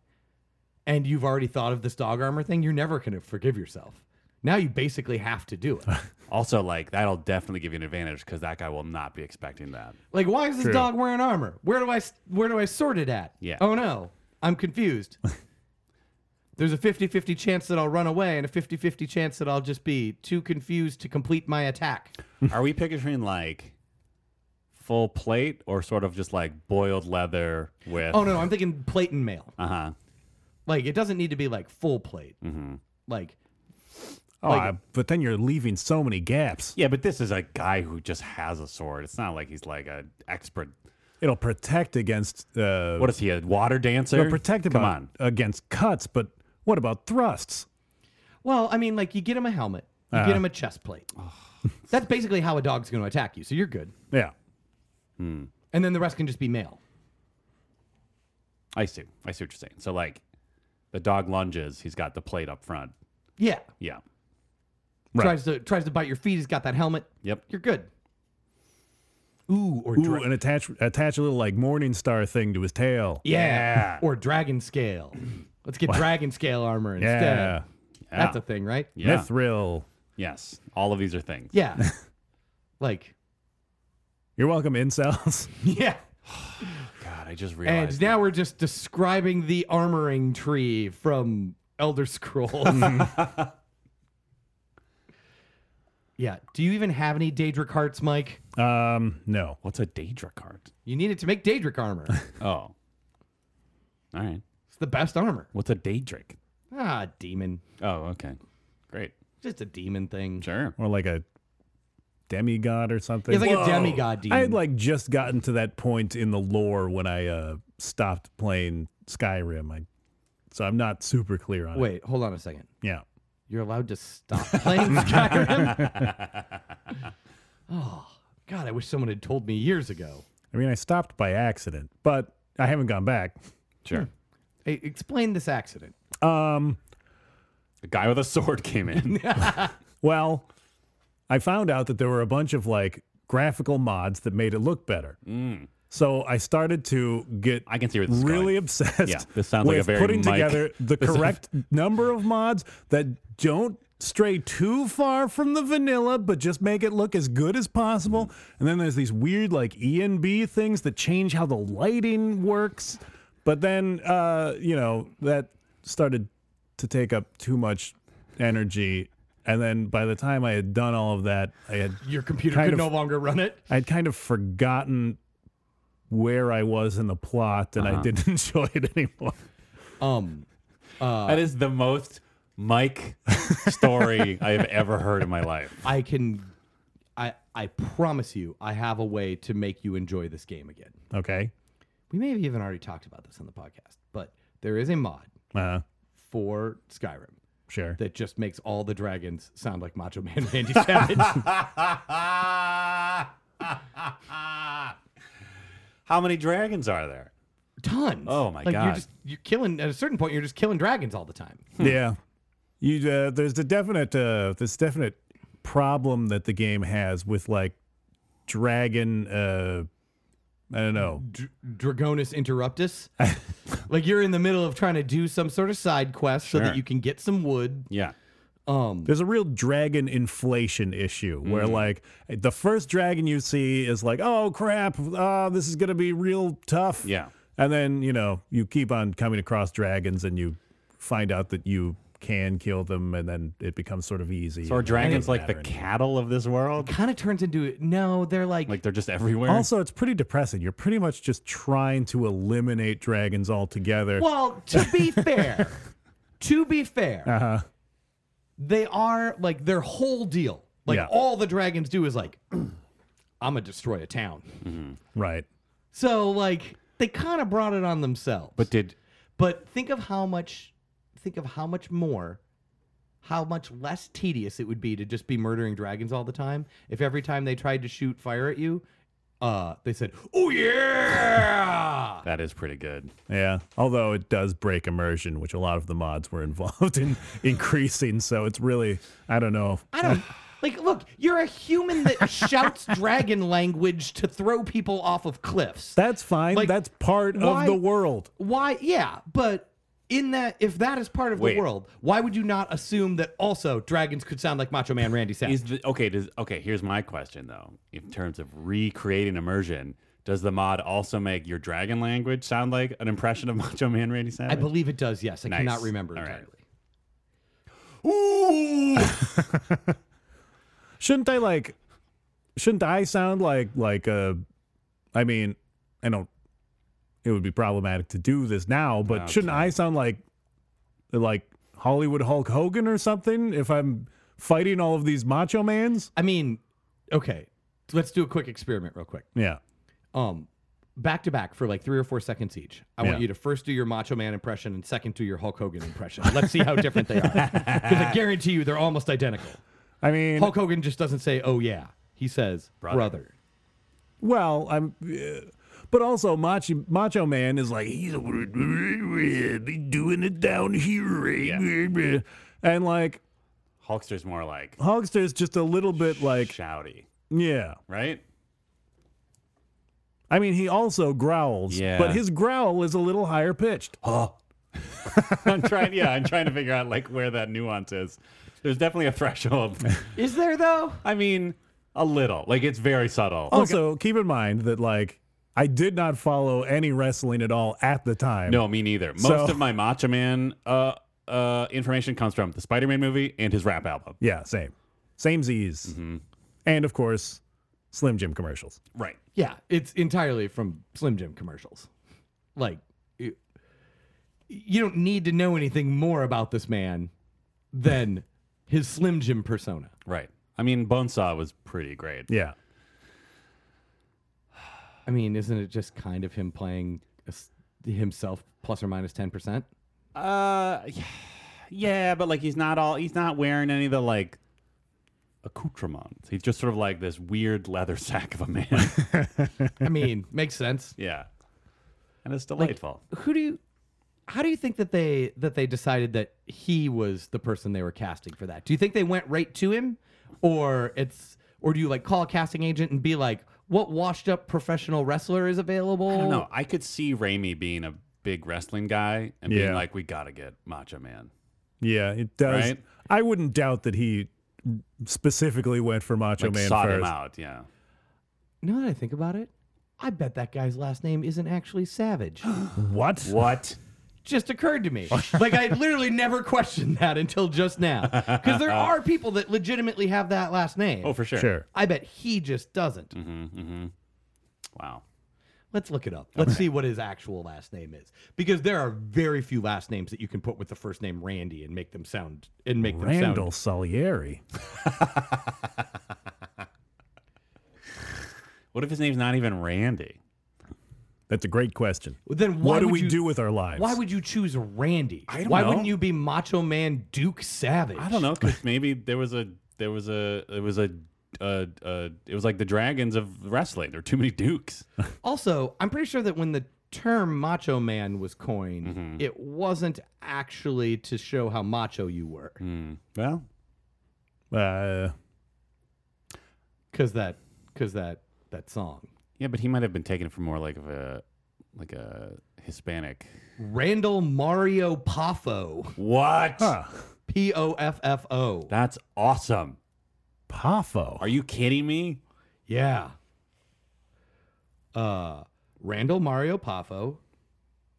and you've already thought of this dog armor thing, you're never going to forgive yourself. Now you basically have to do it.
also, like that'll definitely give you an advantage because that guy will not be expecting that.
Like, why is this
True.
dog wearing armor? Where do I where do I sort it at?
Yeah.
Oh no, I'm confused. There's a 50-50 chance that I'll run away and a 50-50 chance that I'll just be too confused to complete my attack.
Are we picturing like full plate or sort of just like boiled leather with?
Oh no, I'm thinking plate and mail.
Uh huh.
Like it doesn't need to be like full plate. Like
oh,
Like-
I- but then you're leaving so many gaps.
Yeah, but this is a guy who just has a sword. It's not like he's like an expert.
It'll protect against. Uh,
What is he? A water dancer?
it'll protect
Come
about-
on.
against cuts, but what about thrusts?
well, I mean, like you get him a helmet, you get him a chest plate. That's basically how a dog's going to attack you. So you're good,
Yeah,
and then the rest can just be mail.
I see. I see what you're saying. So like, the dog lunges. He's got the plate up front.
Yeah,
Yeah.
Right.
tries to tries to bite your feet. He's got that helmet.
Yep.
You're good. Ooh, or
Ooh,
dra-
and attach attach a little like morning star thing to his tail.
yeah,
Yeah.
or dragon scale. Let's get dragon scale armor instead.
yeah.
That's a thing, right?
Yeah.
Mithril.
Yes. All of these are things.
Yeah. like
You're welcome, incels.
yeah.
God, I just
And
realized.
now we're just describing the armoring tree from Elder Scrolls. yeah. Do you even have any Daedric hearts, Mike?
um, no.
What's a Daedra card?
You need it to make Daedric armor. it's
Oh. All right.
the best armor.
What's a Daedric?
Ah, demon.
Oh, okay. Great.
Just a demon thing.
Sure.
Or like a demigod or something.
It's like
Whoa.
a demigod demon.
I had like just gotten to that point in the lore when I uh, stopped playing Skyrim. I, so I'm not super clear on it.
Wait, hold on a second.
Yeah.
You're allowed to stop playing Skyrim? oh, God, I wish someone had told me years ago.
I mean, I stopped by accident, but I haven't gone back.
Sure.
Hey, explain this accident.
Um,
A guy with a sword came in.
Well, I found out that there were a bunch of like graphical mods that made it look better. So I started to get
Mm. I can see where this is
really
going.
obsessed
Yeah, this sounds like a
with
very
putting
Mike-
together the
this is-
correct number of mods that don't stray too far from the vanilla but just make it look as good as possible. And then there's these weird like E and B things that change how the lighting works. But then uh, you know, that started to take up too much energy. And then by the time I had done all of that, I had
Your computer
Kind
could
of-
no longer run it.
I'd kind of forgotten where I was in the plot and I didn't enjoy it anymore.
Um,
that is the most Mike story I have ever heard in my life.
I can, I, I promise you, I have a way to make you enjoy this game again.
Okay.
We may have even already talked about this on the podcast, but there is a mod
Uh,
for Skyrim
sure.
that just makes all the dragons sound like Macho Man Randy Savage.
How many dragons are there?
Tons.
Oh, my
like, You're
God.
just you're killing at a certain point. You're just killing dragons all the time.
Yeah. You uh, there's a definite uh, this definite problem that the game has with like dragon uh I don't know.
Dr- Dragonis interruptus. like you're in the middle of trying to do some sort of side quest so that
Sure.
you can get some wood.
Yeah.
Um,
There's a real dragon inflation issue
Mm.
where, like, the first dragon you see is like, oh crap, uh, this is going to be real tough.
Yeah.
And then, you know, you keep on coming across dragons and you find out that you can kill them, and then it becomes sort of easy.
So
and it
are
doesn't
dragons like the
matter anymore.
cattle of this world?
Kind of turns into no, they're like,
Like they're just everywhere.
Also, it's pretty depressing. You're pretty much just trying to eliminate dragons altogether.
well, to be fair, to be fair,
Uh-huh.
they are like their whole deal. Like
Yeah.
all the dragons do is like, I'm gonna destroy a town.
Right.
So like they kind of brought it on themselves.
but did
But think of how much think of how much more how much less tedious it would be to just be murdering dragons all the time if every time they tried to shoot fire at you, uh they said, "Oh yeah!"
that is pretty good.
Yeah. Although it does break immersion, which a lot of the mods were involved in increasing. So it's really, I don't know.
I don't like look, you're a human that shouts dragon language to throw people off of cliffs.
That's fine.
Like,
That's part
why-
of the world.
why yeah, but in that if that is part of
Wait.
the world, why would you not assume that also dragons could sound like Macho Man Randy Savage?
Is the, okay, does okay, here's my question though. In terms of recreating immersion, does the mod also make your dragon language sound like an impression of Macho Man Randy
I
Savage?
believe it does, yes. I
Nice.
cannot remember
All right.
entirely.
Shouldn't I like? Shouldn't I sound like like a? I mean, I don't. It would be problematic to do this now, but shouldn't I sound like like Hollywood Hulk Hogan or something if I'm fighting all of these macho mans?
I mean, okay, let's do a quick experiment real quick.
Yeah.
Um, back to back for like three or four seconds each. I
Yeah.
want you to first do your Macho Man impression and second do your Hulk Hogan impression. Let's see how different they are. Because I guarantee you they're almost identical.
I mean,
Hulk Hogan just doesn't say, "Oh yeah," he says, "Brother."
well, I'm. uh, but also, Macho, macho Man is like he's doing it down here, eh? and like
Hulkster's more like
Hogster's just a little bit like
shouty,
yeah.
right?
I mean, he also growls,
Yeah.
but his growl is a little higher pitched.
I'm trying yeah, I'm trying to figure out like where that nuance is. There's definitely a threshold.
Is there though?
I mean, a little. Like it's very subtle.
Also, keep in mind that like I did not follow any wrestling at all at the time.
No, me neither. Most
So-
of my Macho Man uh, uh, information comes from the Spider Man movie and his rap album.
Yeah, same. Same Z's.
Mm-hmm.
And of course, Slim Jim commercials.
Right.
Yeah, it's entirely from Slim Jim commercials. Like, you, you don't need to know anything more about this man than his Slim Jim persona.
Right. I mean, Bonesaw was pretty great.
Yeah.
I mean, isn't it just kind of him playing a s- himself plus or minus 10%?
Uh, yeah, but like he's not all he's not wearing any of the like accoutrements. He's just sort of like this weird leather sack of a man.
I mean, makes sense.
yeah, and it's delightful.
Who do you how do you think that they that they decided that he was the person they were casting for that? Do you think they went right to him or it's or do you like call a casting agent and be like, "What washed up professional wrestler is available?"
I don't know. I could see Raimi being a big wrestling guy and being
Yeah.
like, we gotta get Macho Man.
Yeah, it does.
Right?
I wouldn't doubt that he specifically went for Macho
Like,
Man
sought him
first.
out. Yeah.
Now that I think about it, I bet that guy's last name isn't actually Savage.
What?
What?
just occurred to me. like I literally never questioned that until just now, because there are people that legitimately have that last name.
Oh, for sure.
Sure.
I bet he just doesn't.
Wow.
Let's look it up. Let's see what his actual last name is, because there are very few last names that you can put with the first name Randy and make them sound and make them
Randall
sound.
Salieri.
What if his name's not even Randy?
That's a great question.
Then why
what do
would
we
you-
do with our lives?
Why would you choose Randy?
I don't
why
know.
wouldn't you be Macho Man Duke Savage?
I don't know because maybe there was a there was a it was a uh, uh, it was like the dragons of wrestling. There were too many dukes.
Also, I'm pretty sure that when the term macho man was coined, it wasn't actually to show how macho you were.
Hmm. Well,
uh,
Cause that cause that that song.
yeah, but he might have been taken from more like of a like a Hispanic.
Randall Mario Poffo.
What?
huh.
P O F F O.
That's awesome.
Poffo.
Are you kidding me?
Yeah. Uh Randall Mario Poffo,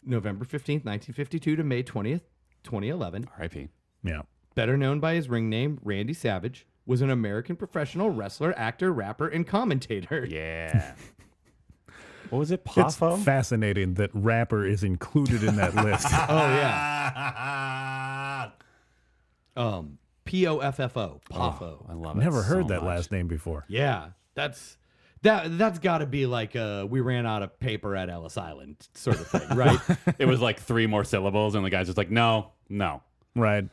November 15th, 1952 to May 20th, 2011.
R.I.P.
Yeah.
better known by his ring name Randy Savage, was an American professional wrestler, actor, rapper, and commentator.
Yeah. what was it?
It's
Poffo?
fascinating that rapper is included in that list.
Oh yeah,
I
um, P O F F O, Poffo.
love it.
Never heard
so
that
much.
last name before.
yeah, that's that. That's got to be like uh, we ran out of paper at Ellis Island sort of thing, right?
it was like three more syllables, and the guy's just like, no, no.
Right.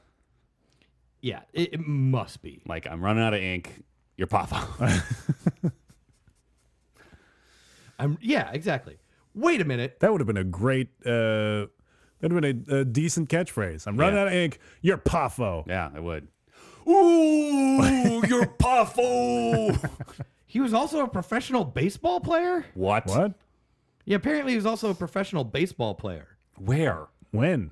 yeah, it, it must be.
Like, I'm running out of ink. You're Poffo.
I'm yeah, exactly. Wait a minute.
That would have been a great, uh, that would have been a, a decent catchphrase. I'm running
Yeah.
out of ink. You're Poffo.
yeah, I would. Ooh, you're Poffo.
He was also a professional baseball player.
what?
What?
Yeah, apparently he was also a professional baseball player.
Where?
When?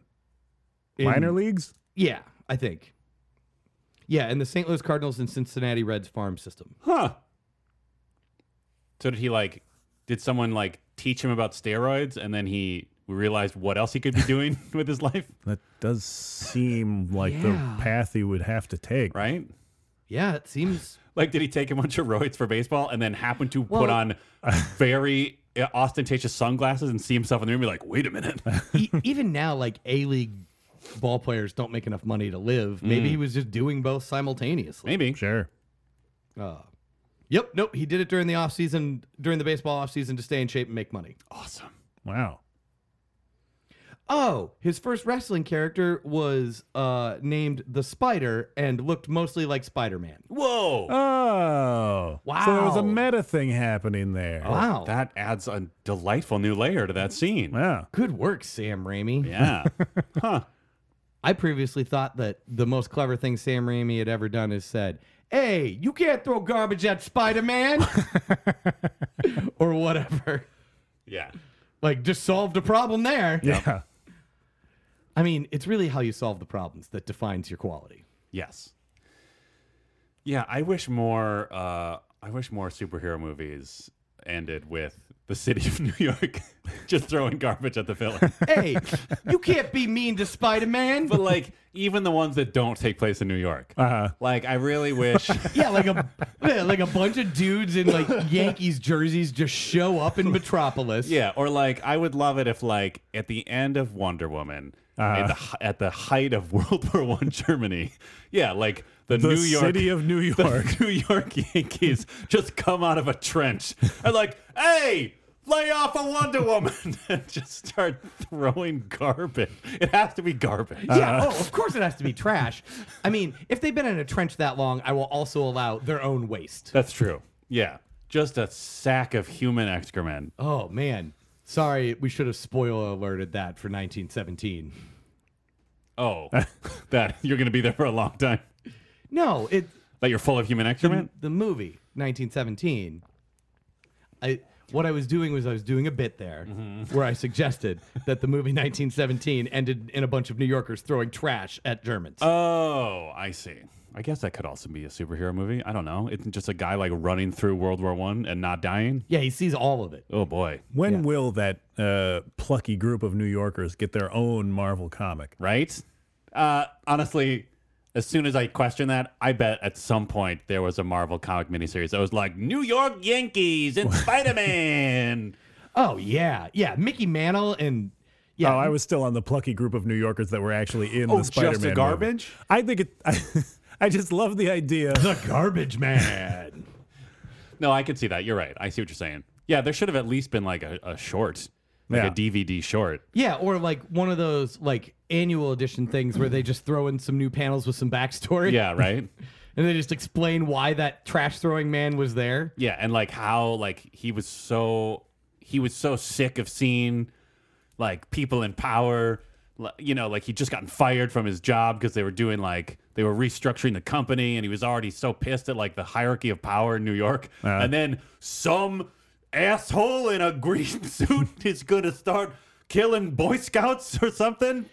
in-
Minor leagues?
Yeah, I think. Yeah, and the St. Louis Cardinals and Cincinnati Reds farm system.
Huh. So did he like? Did someone like teach him about steroids, and then he realized what else he could be doing with his life?
That does seem like
Yeah.
the path he would have to take.
Right?
Yeah, it seems.
Like, did he take a bunch of roids for baseball, and then happen to put
Well-
on very uh, ostentatious sunglasses and see himself in the room? and Be like, wait a minute.
e- even now, like A League ball players don't make enough money to live. Maybe he was just doing both simultaneously.
Mm. Maybe.
Sure.
Uh, yep, nope. He did it during the offseason, during the baseball offseason to stay in shape and make money.
Awesome.
Wow.
Oh, his first wrestling character was uh, named the Spider and looked mostly like Spider Man.
Whoa.
Oh. So there was a
Wow.
meta thing happening there.
wow.
Oh, That adds a delightful new layer to that scene.
Yeah.
Good work, Sam Raimi.
Yeah. huh.
I previously thought that the most clever thing Sam Raimi had ever done is said, Hey, you can't throw garbage at Spider Man or whatever.
Yeah.
Like, just solved a problem there.
Yeah.
I mean, it's really how you solve the problems that defines your quality.
Yes. Yeah, I wish more. Uh, I wish more superhero movies ended with the city of New York just throwing garbage at the villain.
Hey, you can't be mean to Spider Man.
but like, even the ones that don't take place in New York.
Uh-huh.
Like, I really wish.
Yeah, like a yeah, like a bunch of dudes in like Yankees jerseys just show up in Metropolis.
yeah, or like, I would love it if like at the end of Wonder Woman.
Uh-huh.
At, the, hi- at the height of World War One Germany, yeah, like the,
The
New York
city of New York.
the New York Yankees just come out of a trench and like, hey, lay off a Wonder Woman and just start throwing garbage. It has to be garbage. Uh,
Yeah, oh, of course it has to be trash. I mean, if they've been in a trench that long, I will also allow their own waste.
That's true. Yeah. Just a sack of human excrement.
Oh man, sorry, we should have spoiler alerted that for 1917.
Oh, that you're going to be there for a long time.
No, it
That you're full of human
the,
excrement?
the movie 1917. I what I was doing was I was doing a bit there where I suggested that the movie 1917 ended in a bunch of New Yorkers throwing trash at Germans.
Oh, I see. I guess that could also be a superhero movie. I don't know. It's just a guy like running through World War One and not dying.
yeah, he sees all of it.
Oh boy.
When will that uh, plucky group of New Yorkers get their own Marvel comic?
right? Uh, honestly, as soon as I question that, I bet at some point there was a Marvel comic miniseries that was like New York Yankees and Spider Man.
Oh yeah, yeah, Mickey Mantle and yeah,
Oh, I was still on the plucky group of New Yorkers that were actually in
Oh,
the
just
Spider-Man.
the
movie.
garbage?
I think it. I, I just love the idea.
the garbage man.
No, I can see that. You're right. I see what you're saying. Yeah, there should have at least been like a, a short, like
Yeah.
a DVD short.
Yeah, or like one of those like annual edition things where they just throw in some new panels with some backstory.
Yeah, right.
And they just explain why that trash throwing man was there.
yeah, and like how like he was so he was so sick of seeing like people in power. li- You know, like he'd just gotten fired from his job because they were doing like they were restructuring the company, and he was already so pissed at like the hierarchy of power in New York. and then some asshole in a green suit is going to start killing Boy Scouts or something.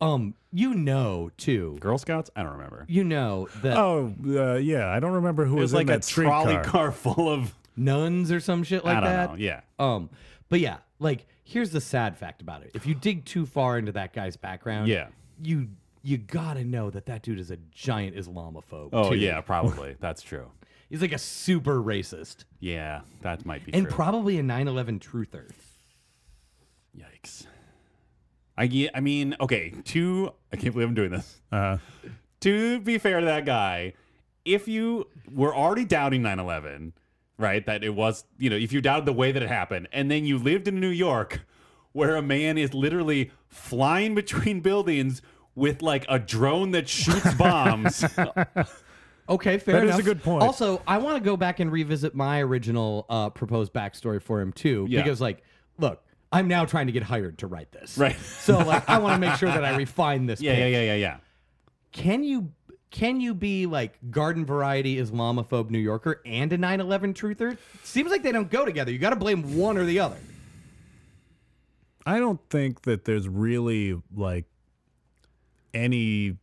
Um, you know too.
Girl Scouts? I don't remember.
You know that
Oh, uh, yeah. I don't remember who
It
was,
was like
in
a
that streetcar.
trolley car full of
nuns or some shit like
I don't
that.
know. Yeah.
Um, but yeah, like here's the sad fact about it. If you dig too far into that guy's background,
Yeah.
you you gotta know that that dude is a giant Islamophobe.
Oh
too.
yeah, probably. That's true.
he's like a super racist
Yeah, that might be
and
true.
probably a 9/11 truther.
Yikes. I ge- I mean, okay, two I can't believe I'm doing this.
Uh,
to be fair to that guy, if you were already doubting 9 11, right, that it was, you know, if you doubted the way that it happened, and then you lived in New York where a man is literally flying between buildings with like a drone that shoots bombs.
Okay, fair
That is a
enough.
good point.
Also, I want to go back and revisit my original uh, proposed backstory for him too,
Yeah.
because like, look, I'm now trying to get hired to write this,
Right.
So like, I want to make sure that I refine this.
yeah,
pitch.
yeah, yeah, yeah, yeah.
Can you can you be like garden variety Islamophobe New Yorker and a 9/11 truther? Seems like they don't go together. You got to blame one or the other.
I don't think that there's really like any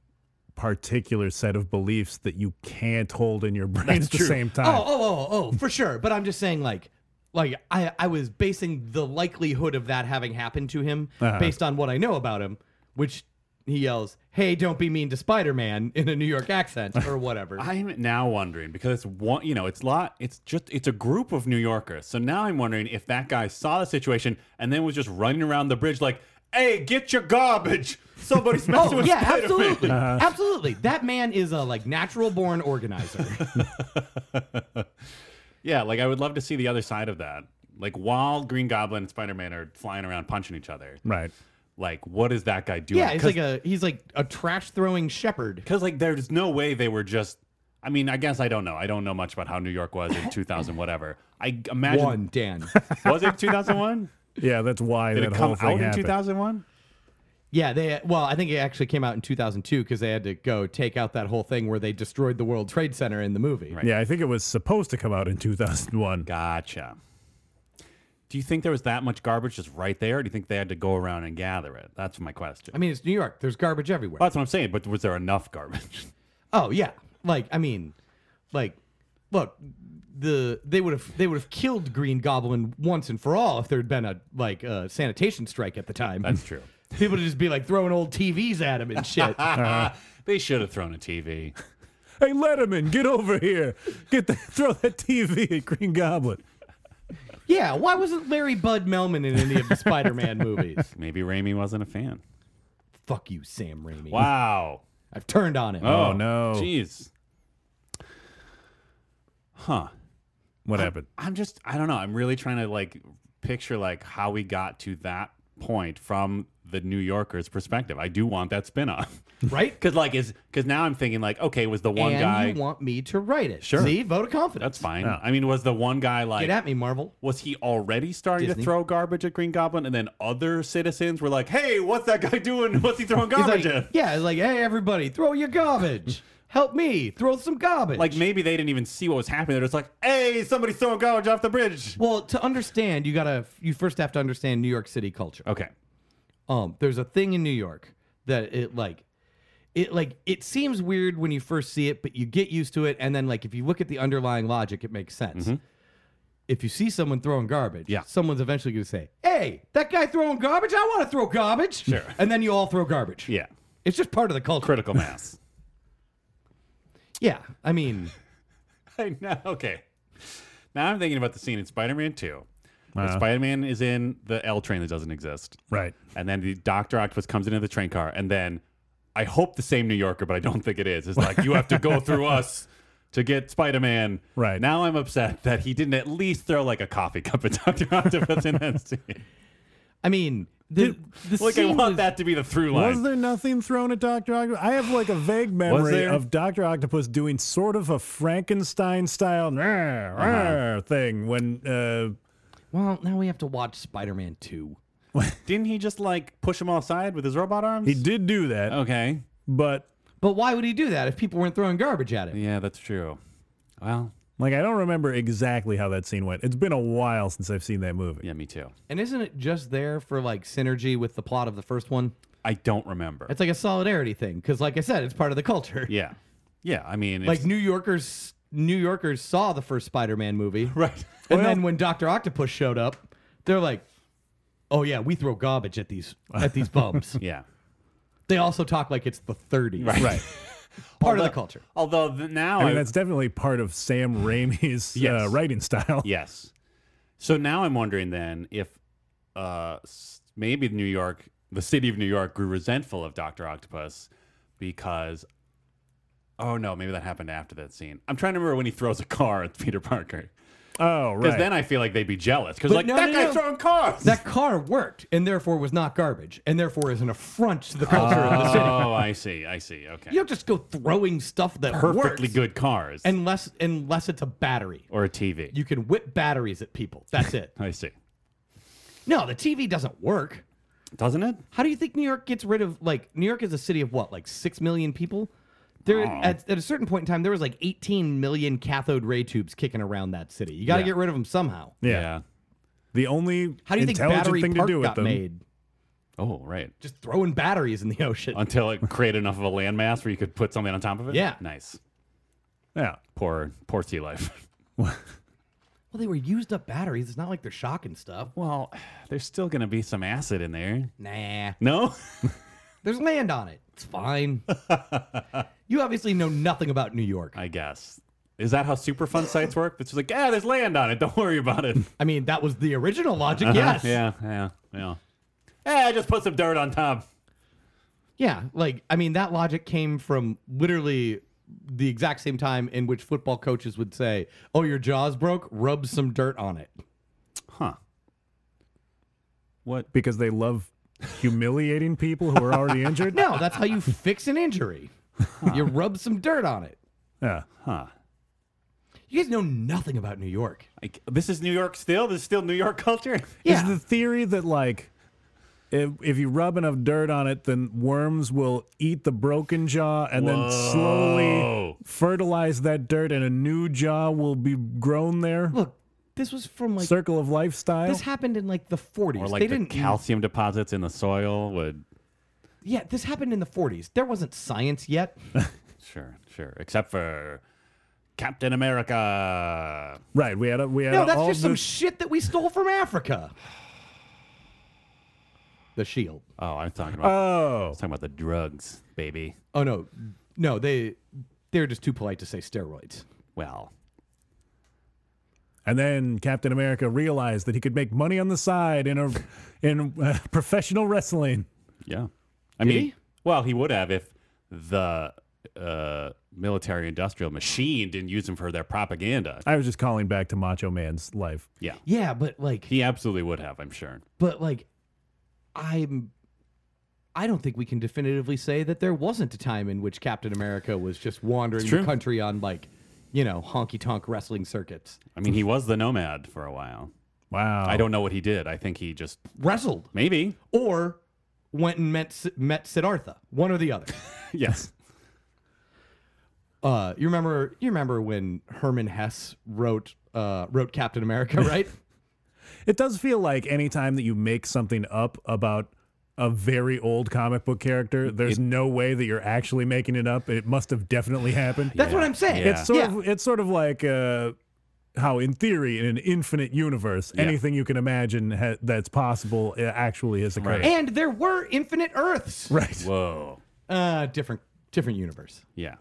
particular set of beliefs that you can't hold in your brain
That's
at the
true.
same time.
Oh, oh, oh, oh, for sure. But I'm just saying, like, like I, I was basing the likelihood of that having happened to him
Uh-huh.
based on what I know about him, which he yells, "Hey, don't be mean to Spider-Man" in a New York accent or whatever.
I'm now wondering because it's one, you know, it's lot, it's just, it's a group of New Yorkers. So now I'm wondering if that guy saw the situation and then was just running around the bridge like, "Hey, get your garbage! Somebody's messing
oh
with
yeah,
Spider-Man."
absolutely, absolutely. That man is a like natural born organizer.
Yeah, like I would love to see the other side of that. Like while Green Goblin and Spider Man are flying around punching each other,
Right.
like what is that guy doing?
yeah, he's
Cause,
like a he's like a trash throwing shepherd.
'cause, like, there's no way they were just. I mean, I guess I don't know. I don't know much about how New York was in 2000, whatever. I imagine
One Dan.
was it 2001?
Yeah, that's why
Did
that
it
whole
come
thing
out in
happened.
2001?
Yeah, they well, I think it actually came out in 2002 because they had to go take out that whole thing where they destroyed the World Trade Center in the movie.
Right.
Yeah, I think it was supposed to come out in 2001.
Gotcha. Do you think there was that much garbage just right there? Or do you think they had to go around and gather it? That's my question.
I mean, it's New York. There's garbage everywhere.
Well, that's what I'm saying. But was there enough garbage?
oh yeah, like I mean, like look, the they would have they would have killed Green Goblin once and for all if there had been a like a sanitation strike at the time.
That's true.
People would just be like throwing old TVs at him and shit.
Uh-huh. they should have thrown a TV.
Hey, Letterman, get over here. Get the, throw that TV at Green Goblin.
yeah, why wasn't Larry Bud Melman in any of the Spider-Man movies?
Maybe Raimi wasn't a fan.
Fuck you, Sam Raimi.
Wow.
I've turned on him.
Oh, no.
Jeez. Huh.
What happened?
I'm just I don't know. I'm really trying to like picture like how we got to that point from the New Yorker's perspective. I do want that spinoff.
Right?
Cause like is cause now I'm thinking like, okay, was the one
and
guy
you want me to write it.
Sure.
See, vote of confidence.
that's fine. I mean, was the one guy like
Get at me, Marvel.
was he already starting
Disney.
to throw garbage at Green Goblin and then other citizens were like, Hey, what's that guy doing? What's he throwing
He's
garbage
like,
at?
yeah, it's like, hey, everybody, throw your garbage. Help me, throw some garbage.
Like maybe they didn't even see what was happening. They're just like, Hey, somebody's throwing garbage off the bridge.
well, to understand, you gotta, you first have to understand New York City culture.
Okay. Oh.
Um, there's a thing in New York that it like, it like, it seems weird when you first see it, but you get used to it, and then like, if you look at the underlying logic, it makes sense. If you see someone throwing garbage,
Mm-hmm. Yeah.
someone's eventually gonna say, "Hey, that guy throwing garbage! I want to throw garbage!"
Sure.
And then you all throw garbage.
Yeah.
It's just part of the culture.
Critical mass.
Yeah, I mean,
I know. Okay. Now I'm thinking about the scene in Spider-Man 2. where
Uh-huh.
Spider-Man is in the L train that doesn't exist.
Right.
And then the Doctor Octopus comes into the train car, and then I hope the same New Yorker, but I don't think it is. It's like you have to go through us to get Spider-Man.
Right.
now, I'm upset that he didn't at least throw like a coffee cup at Doctor Octopus in that scene.
I mean, the, the
Like I
scene
want
was-
that to be the through line.
Was there nothing thrown at Dr. Octopus? I have like a vague memory
there?
of Dr. Octopus doing sort of a Frankenstein style Uh-huh. thing when uh,
Well, now we have to watch Spider-Man Two.
didn't he just like push him all aside with his robot arms?
he did do that,
Okay.
but
But why would he do that if people weren't throwing garbage at him?
Yeah, that's true. Well,
like I don't remember exactly how that scene went. It's been a while since I've seen that movie.
yeah, me too.
And isn't it just there for like synergy with the plot of the first one?
I don't remember.
It's like a solidarity thing because, like I said, it's part of the culture.
Yeah. Yeah. I mean,
Like
like,
New Yorkers, New Yorkers saw the first Spider-Man movie,
right.
and then when Doctor Octopus showed up, they're like, "Oh yeah, we throw garbage at these at these bums."
Yeah.
They also talk like it's the 30s. Right.
Right.
Part of the
Although-
culture.
Although the, now
Oh, I mean,
I'm-
that's definitely part of Sam Raimi's uh,
Yes.
writing style.
Yes. So now I'm wondering then if uh, s- maybe New York, the city of New York, grew resentful of Doctor Octopus because. Oh no, maybe that happened after that scene. I'm trying to remember when he throws a car at Peter Parker.
Oh,
Because
right.
then I feel like they'd be jealous. Because
But
like
no,
that
no,
guy's
no.
throwing cars.
That car worked and therefore was not garbage and therefore is an affront to the culture of
Ah.
the city.
oh, I see. I see. Okay.
You don't just go throwing stuff that works
Perfectly good cars.
unless unless it's a battery.
or a TV.
You can whip batteries at people. That's it.
I see.
no, the TV doesn't work.
Doesn't it?
How do you think New York gets rid of like New York is a city of what like six million people? There at, at a certain point in time, there was like 18 million cathode ray tubes kicking around that city. You got to
Yeah.
get rid of them somehow.
yeah. The only
How do you think
intelligent
battery
thing to
park
do with
got
them.
made?
Oh, right.
Just throwing batteries in the ocean.
Until it created enough of a landmass where you could put something on top of it.
Yeah.
Nice.
Yeah.
Poor, poor sea life.
well, they were used up batteries. It's not like they're shocking stuff.
Well, there's still going to be some acid in there.
Nah,
No?
there's land on it. It's fine. you obviously know nothing about New York.
I guess. Is that how Superfund sites work? It's just like, yeah, there's land on it. Don't worry about it.
I mean, that was the original logic. Yes.
Uh-huh. Yeah, yeah, yeah. Hey, I just put some dirt on top.
Yeah, like I mean that logic came from literally the exact same time in which football coaches would say, "Oh, your jaw's broke, rub some dirt on it."
Huh. What?
Because they love humiliating people who are already injured.
No, that's how you fix an injury. You rub some dirt on it.
Yeah.
Huh.
You guys know nothing about New York.
Like, this is New York still? This is still New York culture?
Yeah.
Is the theory that like if, if you rub enough dirt on it, then worms will eat the broken jaw and then slowly
Whoa.
fertilize that dirt and a new jaw will be grown there?
Look, this was from like
Circle of lifestyle.
this happened in like the 40s.
Or like
they
the
didn't
calcium deposits in the soil would.
Yeah, this happened in the 40s. There wasn't science yet.
Sure, sure. Except for Captain America.
right. We had a, we had
No,
a-
that's
all
just some
this-
shit that we stole from Africa. The shield.
Oh, I'm talking about.
Oh.
I was talking about the drugs, baby.
Oh no, no, they they're just too polite to say steroids.
Well,
And then Captain America realized that he could make money on the side in a in uh, professional wrestling.
yeah. I
Did
mean,
he?
well, he would have if the uh, military-industrial machine didn't use him for their propaganda.
I was just calling back to Macho Man's life.
Yeah,
Yeah, but like,
he absolutely would have. I'm sure.
but like, I'm. I don't think we can definitively say that there wasn't a time in which Captain America was just wandering the
true.
country on like, you know, honky tonk wrestling circuits.
I mean, he was the nomad for a while.
Wow.
I don't know what he did. I think he just
Wrestled
maybe.
or went and met S- met Siddhartha. One or the other.
yes.
Uh, you remember? You remember when Herman Hess wrote uh, wrote Captain America, right?
It does feel like any time that you make something up about a very old comic book character, there's no way that you're actually making it up. It must have definitely happened.
That's what I'm saying.
Yeah.
It's sort
yeah.
of it's sort of like uh, how, in theory, in an infinite universe, anything you can imagine ha- that's possible uh, actually is occurring.
Right.
And there were infinite Earths.
Right.
Whoa.
Uh, different, different universe,
Yeah.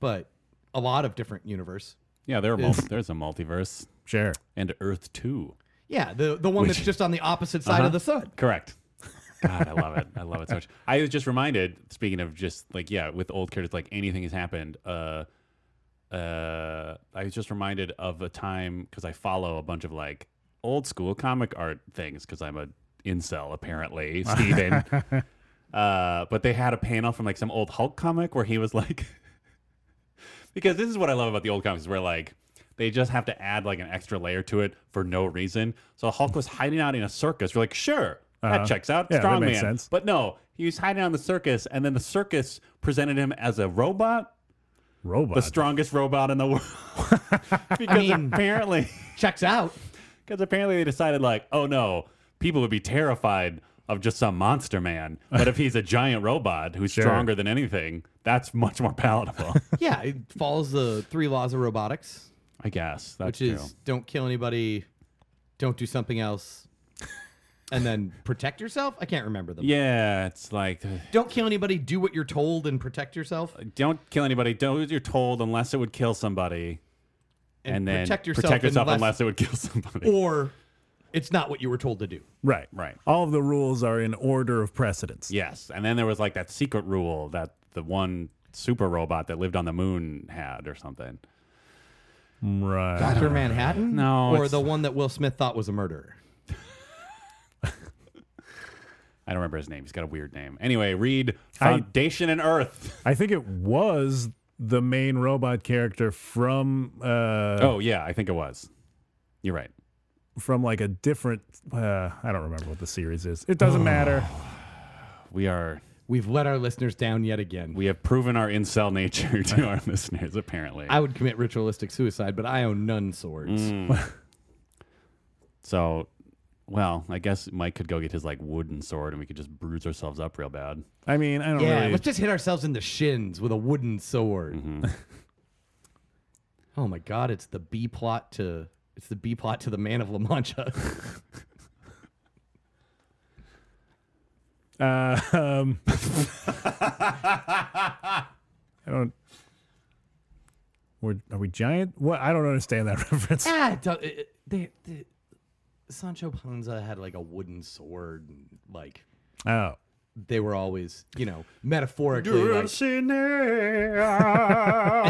but a lot of different universe.
Yeah. There are mul- there's a multiverse
Sure.
and Earth Two.
Yeah, the the one that's just on the opposite side
Uh-huh.
of the sun.
Correct. God, I love it. I love it so much. I was just reminded, speaking of just like yeah, with old characters, like anything has happened. Uh, uh, I was just reminded of a time because I follow a bunch of like old school comic art things because I'm a incel apparently, Steven. uh, but they had a panel from like some old Hulk comic where he was like, because this is what I love about the old comics, where like they just have to add like an extra layer to it for no reason. So Hulk was hiding out in a circus. We're like, sure, that checks out,
Uh-huh. Yeah, that
strongman.
makes sense.
But no, he was hiding out in the circus, and then the circus presented him as a robot,
Robot.
the strongest robot in the world. because
mean-
apparently,
Checks out.
because apparently they decided like, oh no, people would be terrified of just some monster man. But if he's a giant robot who's stronger than anything, that's much more palatable.
Yeah, it follows the three laws of robotics,
I guess that's
which is
true.
don't kill anybody, don't do something else, and then protect yourself. I can't remember them.
Yeah, it's like
Don't kill anybody. Do what you're told and protect yourself.
don't kill anybody. Don't do what you're told unless it would kill somebody, and, then
protect yourself,
unless it would kill somebody.
or it's not what you were told to do.
Right.
Right.
All of the rules are in order of precedence.
Yes, and then there was like that secret rule that the one super robot that lived on the moon had or something.
Right.
Doctor Manhattan?
No,
Or
it's-
the one that Will Smith thought was a murderer.
I don't remember his name. He's got a weird name. Anyway, read Foundation and Earth.
I think it was the main robot character from uh
oh yeah, I think it was. You're right.
from like a different uh I don't remember what the series is. It doesn't matter.
We are
We've let our listeners down yet again.
we have proven our incel nature to our listeners apparently.
I would commit ritualistic suicide, but I own none swords.
Mm. so, well, I guess Mike could go get his like wooden sword and we could just bruise ourselves up real bad.
I mean, I don't
Yeah,
really
let's just hit ourselves in the shins with a wooden sword.
Mm-hmm.
oh my god, it's the B plot to it's the B plot to the Man of La Mancha. Ah,
uh um I don't we're, are we giant? What I don't understand that reference.
ah, it don't- it- it- they, they- Sancho Panza had like a wooden sword, and like
Oh,
they were always, you know, metaphorically like and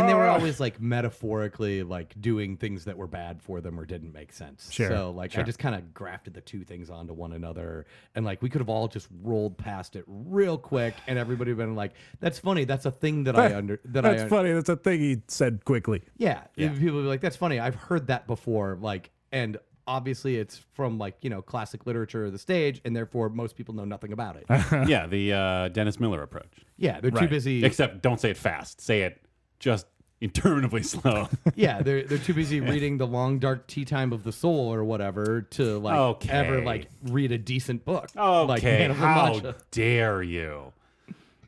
they were always like metaphorically like doing things that were bad for them or didn't make sense.
Sure,
So like I just kind of grafted the two things onto one another, and like we could have all just rolled past it real quick, and everybody been like, "That's funny. That's a thing that I under that I
that's
un-
funny. That's a thing he said quickly.
yeah." People would be like, "That's funny. I've heard that before." Like and. Obviously, it's from like you know classic literature or the stage, and therefore most people know nothing about it.
yeah, the uh, Dennis Miller approach.
yeah, they're too
Right.
busy.
Except don't say it fast. Say it just interminably slow.
yeah, they're they're too busy reading the long dark tea time of the soul or whatever to like
Okay.
ever like read a decent book. like
Okay,
Man of La
how
Mancha.
dare you?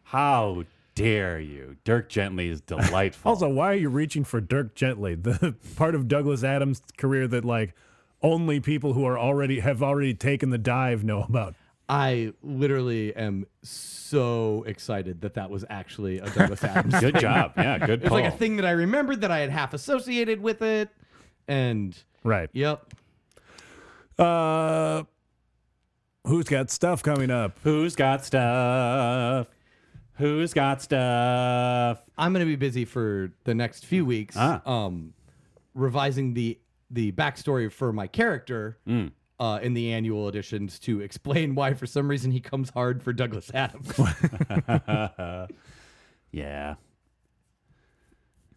How dare you? Dirk Gently is delightful.
Also, why are you reaching for Dirk Gently, the part of Douglas Adams' career that like only people who are already have already taken the dive know about?
I literally am so excited that that was actually a Douglas Adams.
good job. Yeah, good
It's
pull.
like a thing that I remembered that I had half associated with it, and
Right.
yep,
Uh, who's got stuff coming up?
Who's got stuff? Who's got stuff?
I'm gonna be busy for the next few weeks.
Ah.
Um, revising the the backstory for my character
Mm.
uh, in the annual editions to explain why, for some reason, he comes hard for Douglas Adams.
Yeah.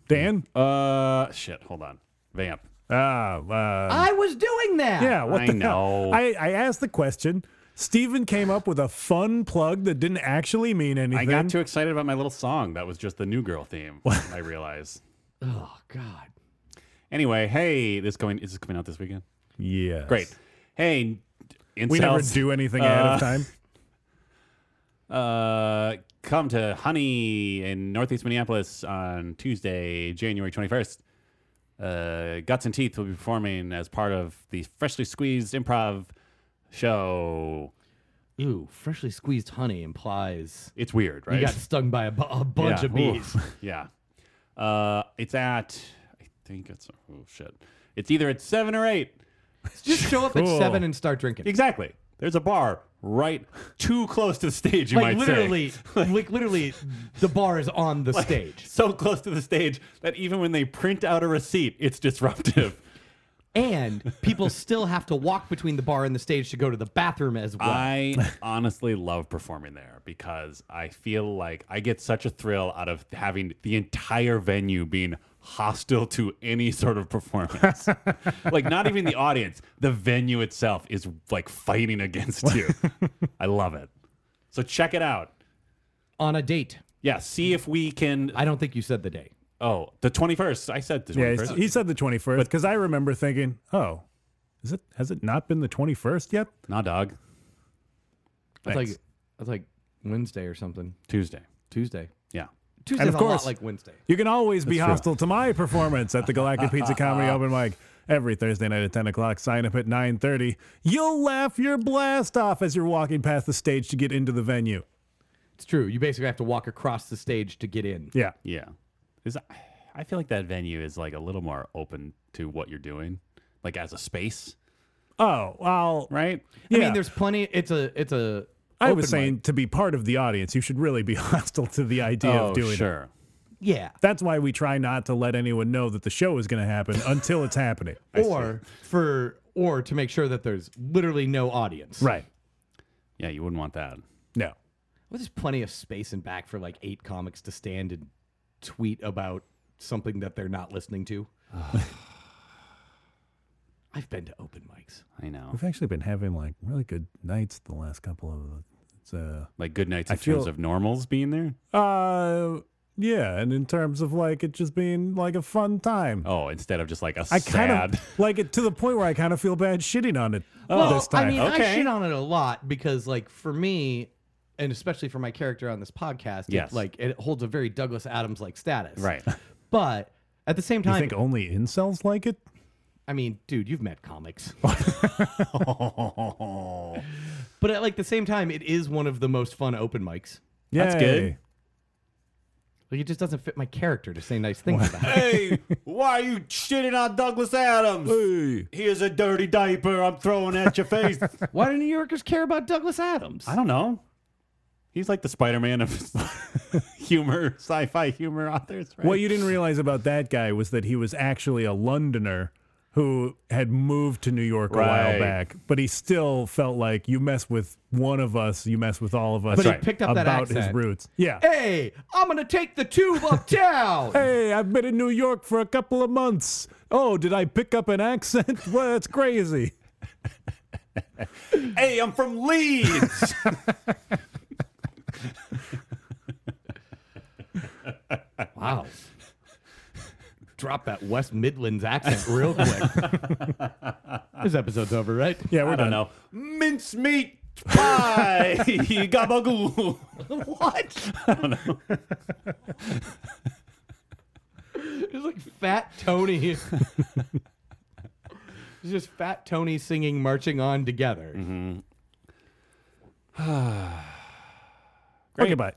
Dan?
Uh, shit. Hold on. Vamp.
Ah, uh,
I was doing that.
yeah. What
I
the
know.
Hell? I I asked the question. Steven came up with a fun plug that didn't actually mean anything.
I got too excited about my little song. That was just the New Girl theme. I realize.
Oh God.
Anyway, hey, this going is this coming out this weekend?
Yes.
Great. Hey, incels.
We never do anything ahead of time.
Uh, come to Honey in Northeast Minneapolis on Tuesday, January 21st. Uh, Guts and Teeth will be performing as part of the Freshly Squeezed Improv show.
Ooh, freshly squeezed honey implies
It's weird, right?
you got stung by a, bu- a bunch
Yeah.
of bees.
Oof. yeah. Uh, it's at, I think it's, oh shit. It's either at seven or eight.
Just show up
Cool.
at seven and start drinking.
Exactly. There's a bar right too close to the stage, you
like
might
literally,
say.
like literally, the bar is on the stage.
So close to the stage that even when they print out a receipt, it's disruptive.
and people still have to walk between the bar and the stage to go to the bathroom
Ah.
as well.
I honestly love performing there because I feel like I get such a thrill out of having the entire venue being hostile to any sort of performance. like not even the audience, the venue itself is like fighting against you. I love it. So check it out.
On a date.
Yeah, see if we can
I don't think you said the day.
Oh, the 21st. I said the
Yeah,
21st.
he said the 21st because I remember thinking, oh, is it has it not been the 21st yet?
nah, dog.
That's
Thanks.
like that's like Wednesday or something.
Tuesday.
Tuesday.
Yeah.
Tuesday's
And of
a lot
course-
like Wednesday.
You can always be
That's true.
hostile to my performance at the Galactic Pizza Comedy Open Mic. every Thursday night at 10 o'clock. Sign up at 9.30. You'll laugh your blast off as you're walking past the stage to get into the venue.
It's true. You basically have to walk across the stage to get in.
Yeah.
Yeah. Is I feel like that venue is like a little more open to what you're doing, like as a space,
Oh, well,
right?
I
Yeah.
mean, there's plenty. It's a it's a.
I
open
was saying
mic.
to be part of the audience, you should really be hostile to the idea of doing it.
Oh, sure.
yeah.
That's why we try not to let anyone know that the show is going to happen until it's happening.
Or for or to make sure that there's literally no audience.
Right.
Yeah, you wouldn't want that.
No.
Well, there's plenty of space and back for like eight comics to stand and tweet about something that they're not listening to. I've been to open mics.
I know.
We've actually been having like really good nights the last couple of. It's, uh,
Like good nights in
I feel-
terms of normals being there.
uh, yeah, and in terms of like it just being like a fun time.
Oh, instead of just like a
I kind
sad.
of like it to the point where I kind of feel bad shitting on it Oh. this time.
I mean, I
Okay.
shit on it a lot because, like, for me, and especially for my character on this podcast,
Yes.
it, like, it holds a very Douglas Adams like status.
right.
But at the same
you
time,
think only incels like it?
I mean, dude, you've met comics. but at like the same time, it is one of the most fun open mics.
That's good.
Yay.
Like, it just doesn't fit my character to say nice things about it.
hey, why are you shitting on Douglas Adams? Here's a dirty diaper I'm throwing at your face.
Why do New Yorkers care about Douglas Adams?
I don't know. He's like the Spider-Man of humor, sci-fi humor authors, right?
What you didn't realize about that guy was that he was actually a Londoner who had moved to New York a while
Right.
back, but he still felt like you mess with one of us, you mess with all of us.
But he
Right.
picked up that
about his
accent.
roots. Yeah.
Hey, I'm gonna take the tube uptown.
Hey, I've been in New York for a couple of months. Oh, did I pick up an accent? Well, that's crazy.
Hey, I'm from Leeds.
Wow. Drop that West Midlands accent real quick. this episode's over, right?
Yeah, we're
I
done.
don't know. Mincemeat pie, gabagool.
What? I don't know. it's like Fat Tony. it's just Fat Tony singing Marching Mm-hmm. On Together.
Okay, bye.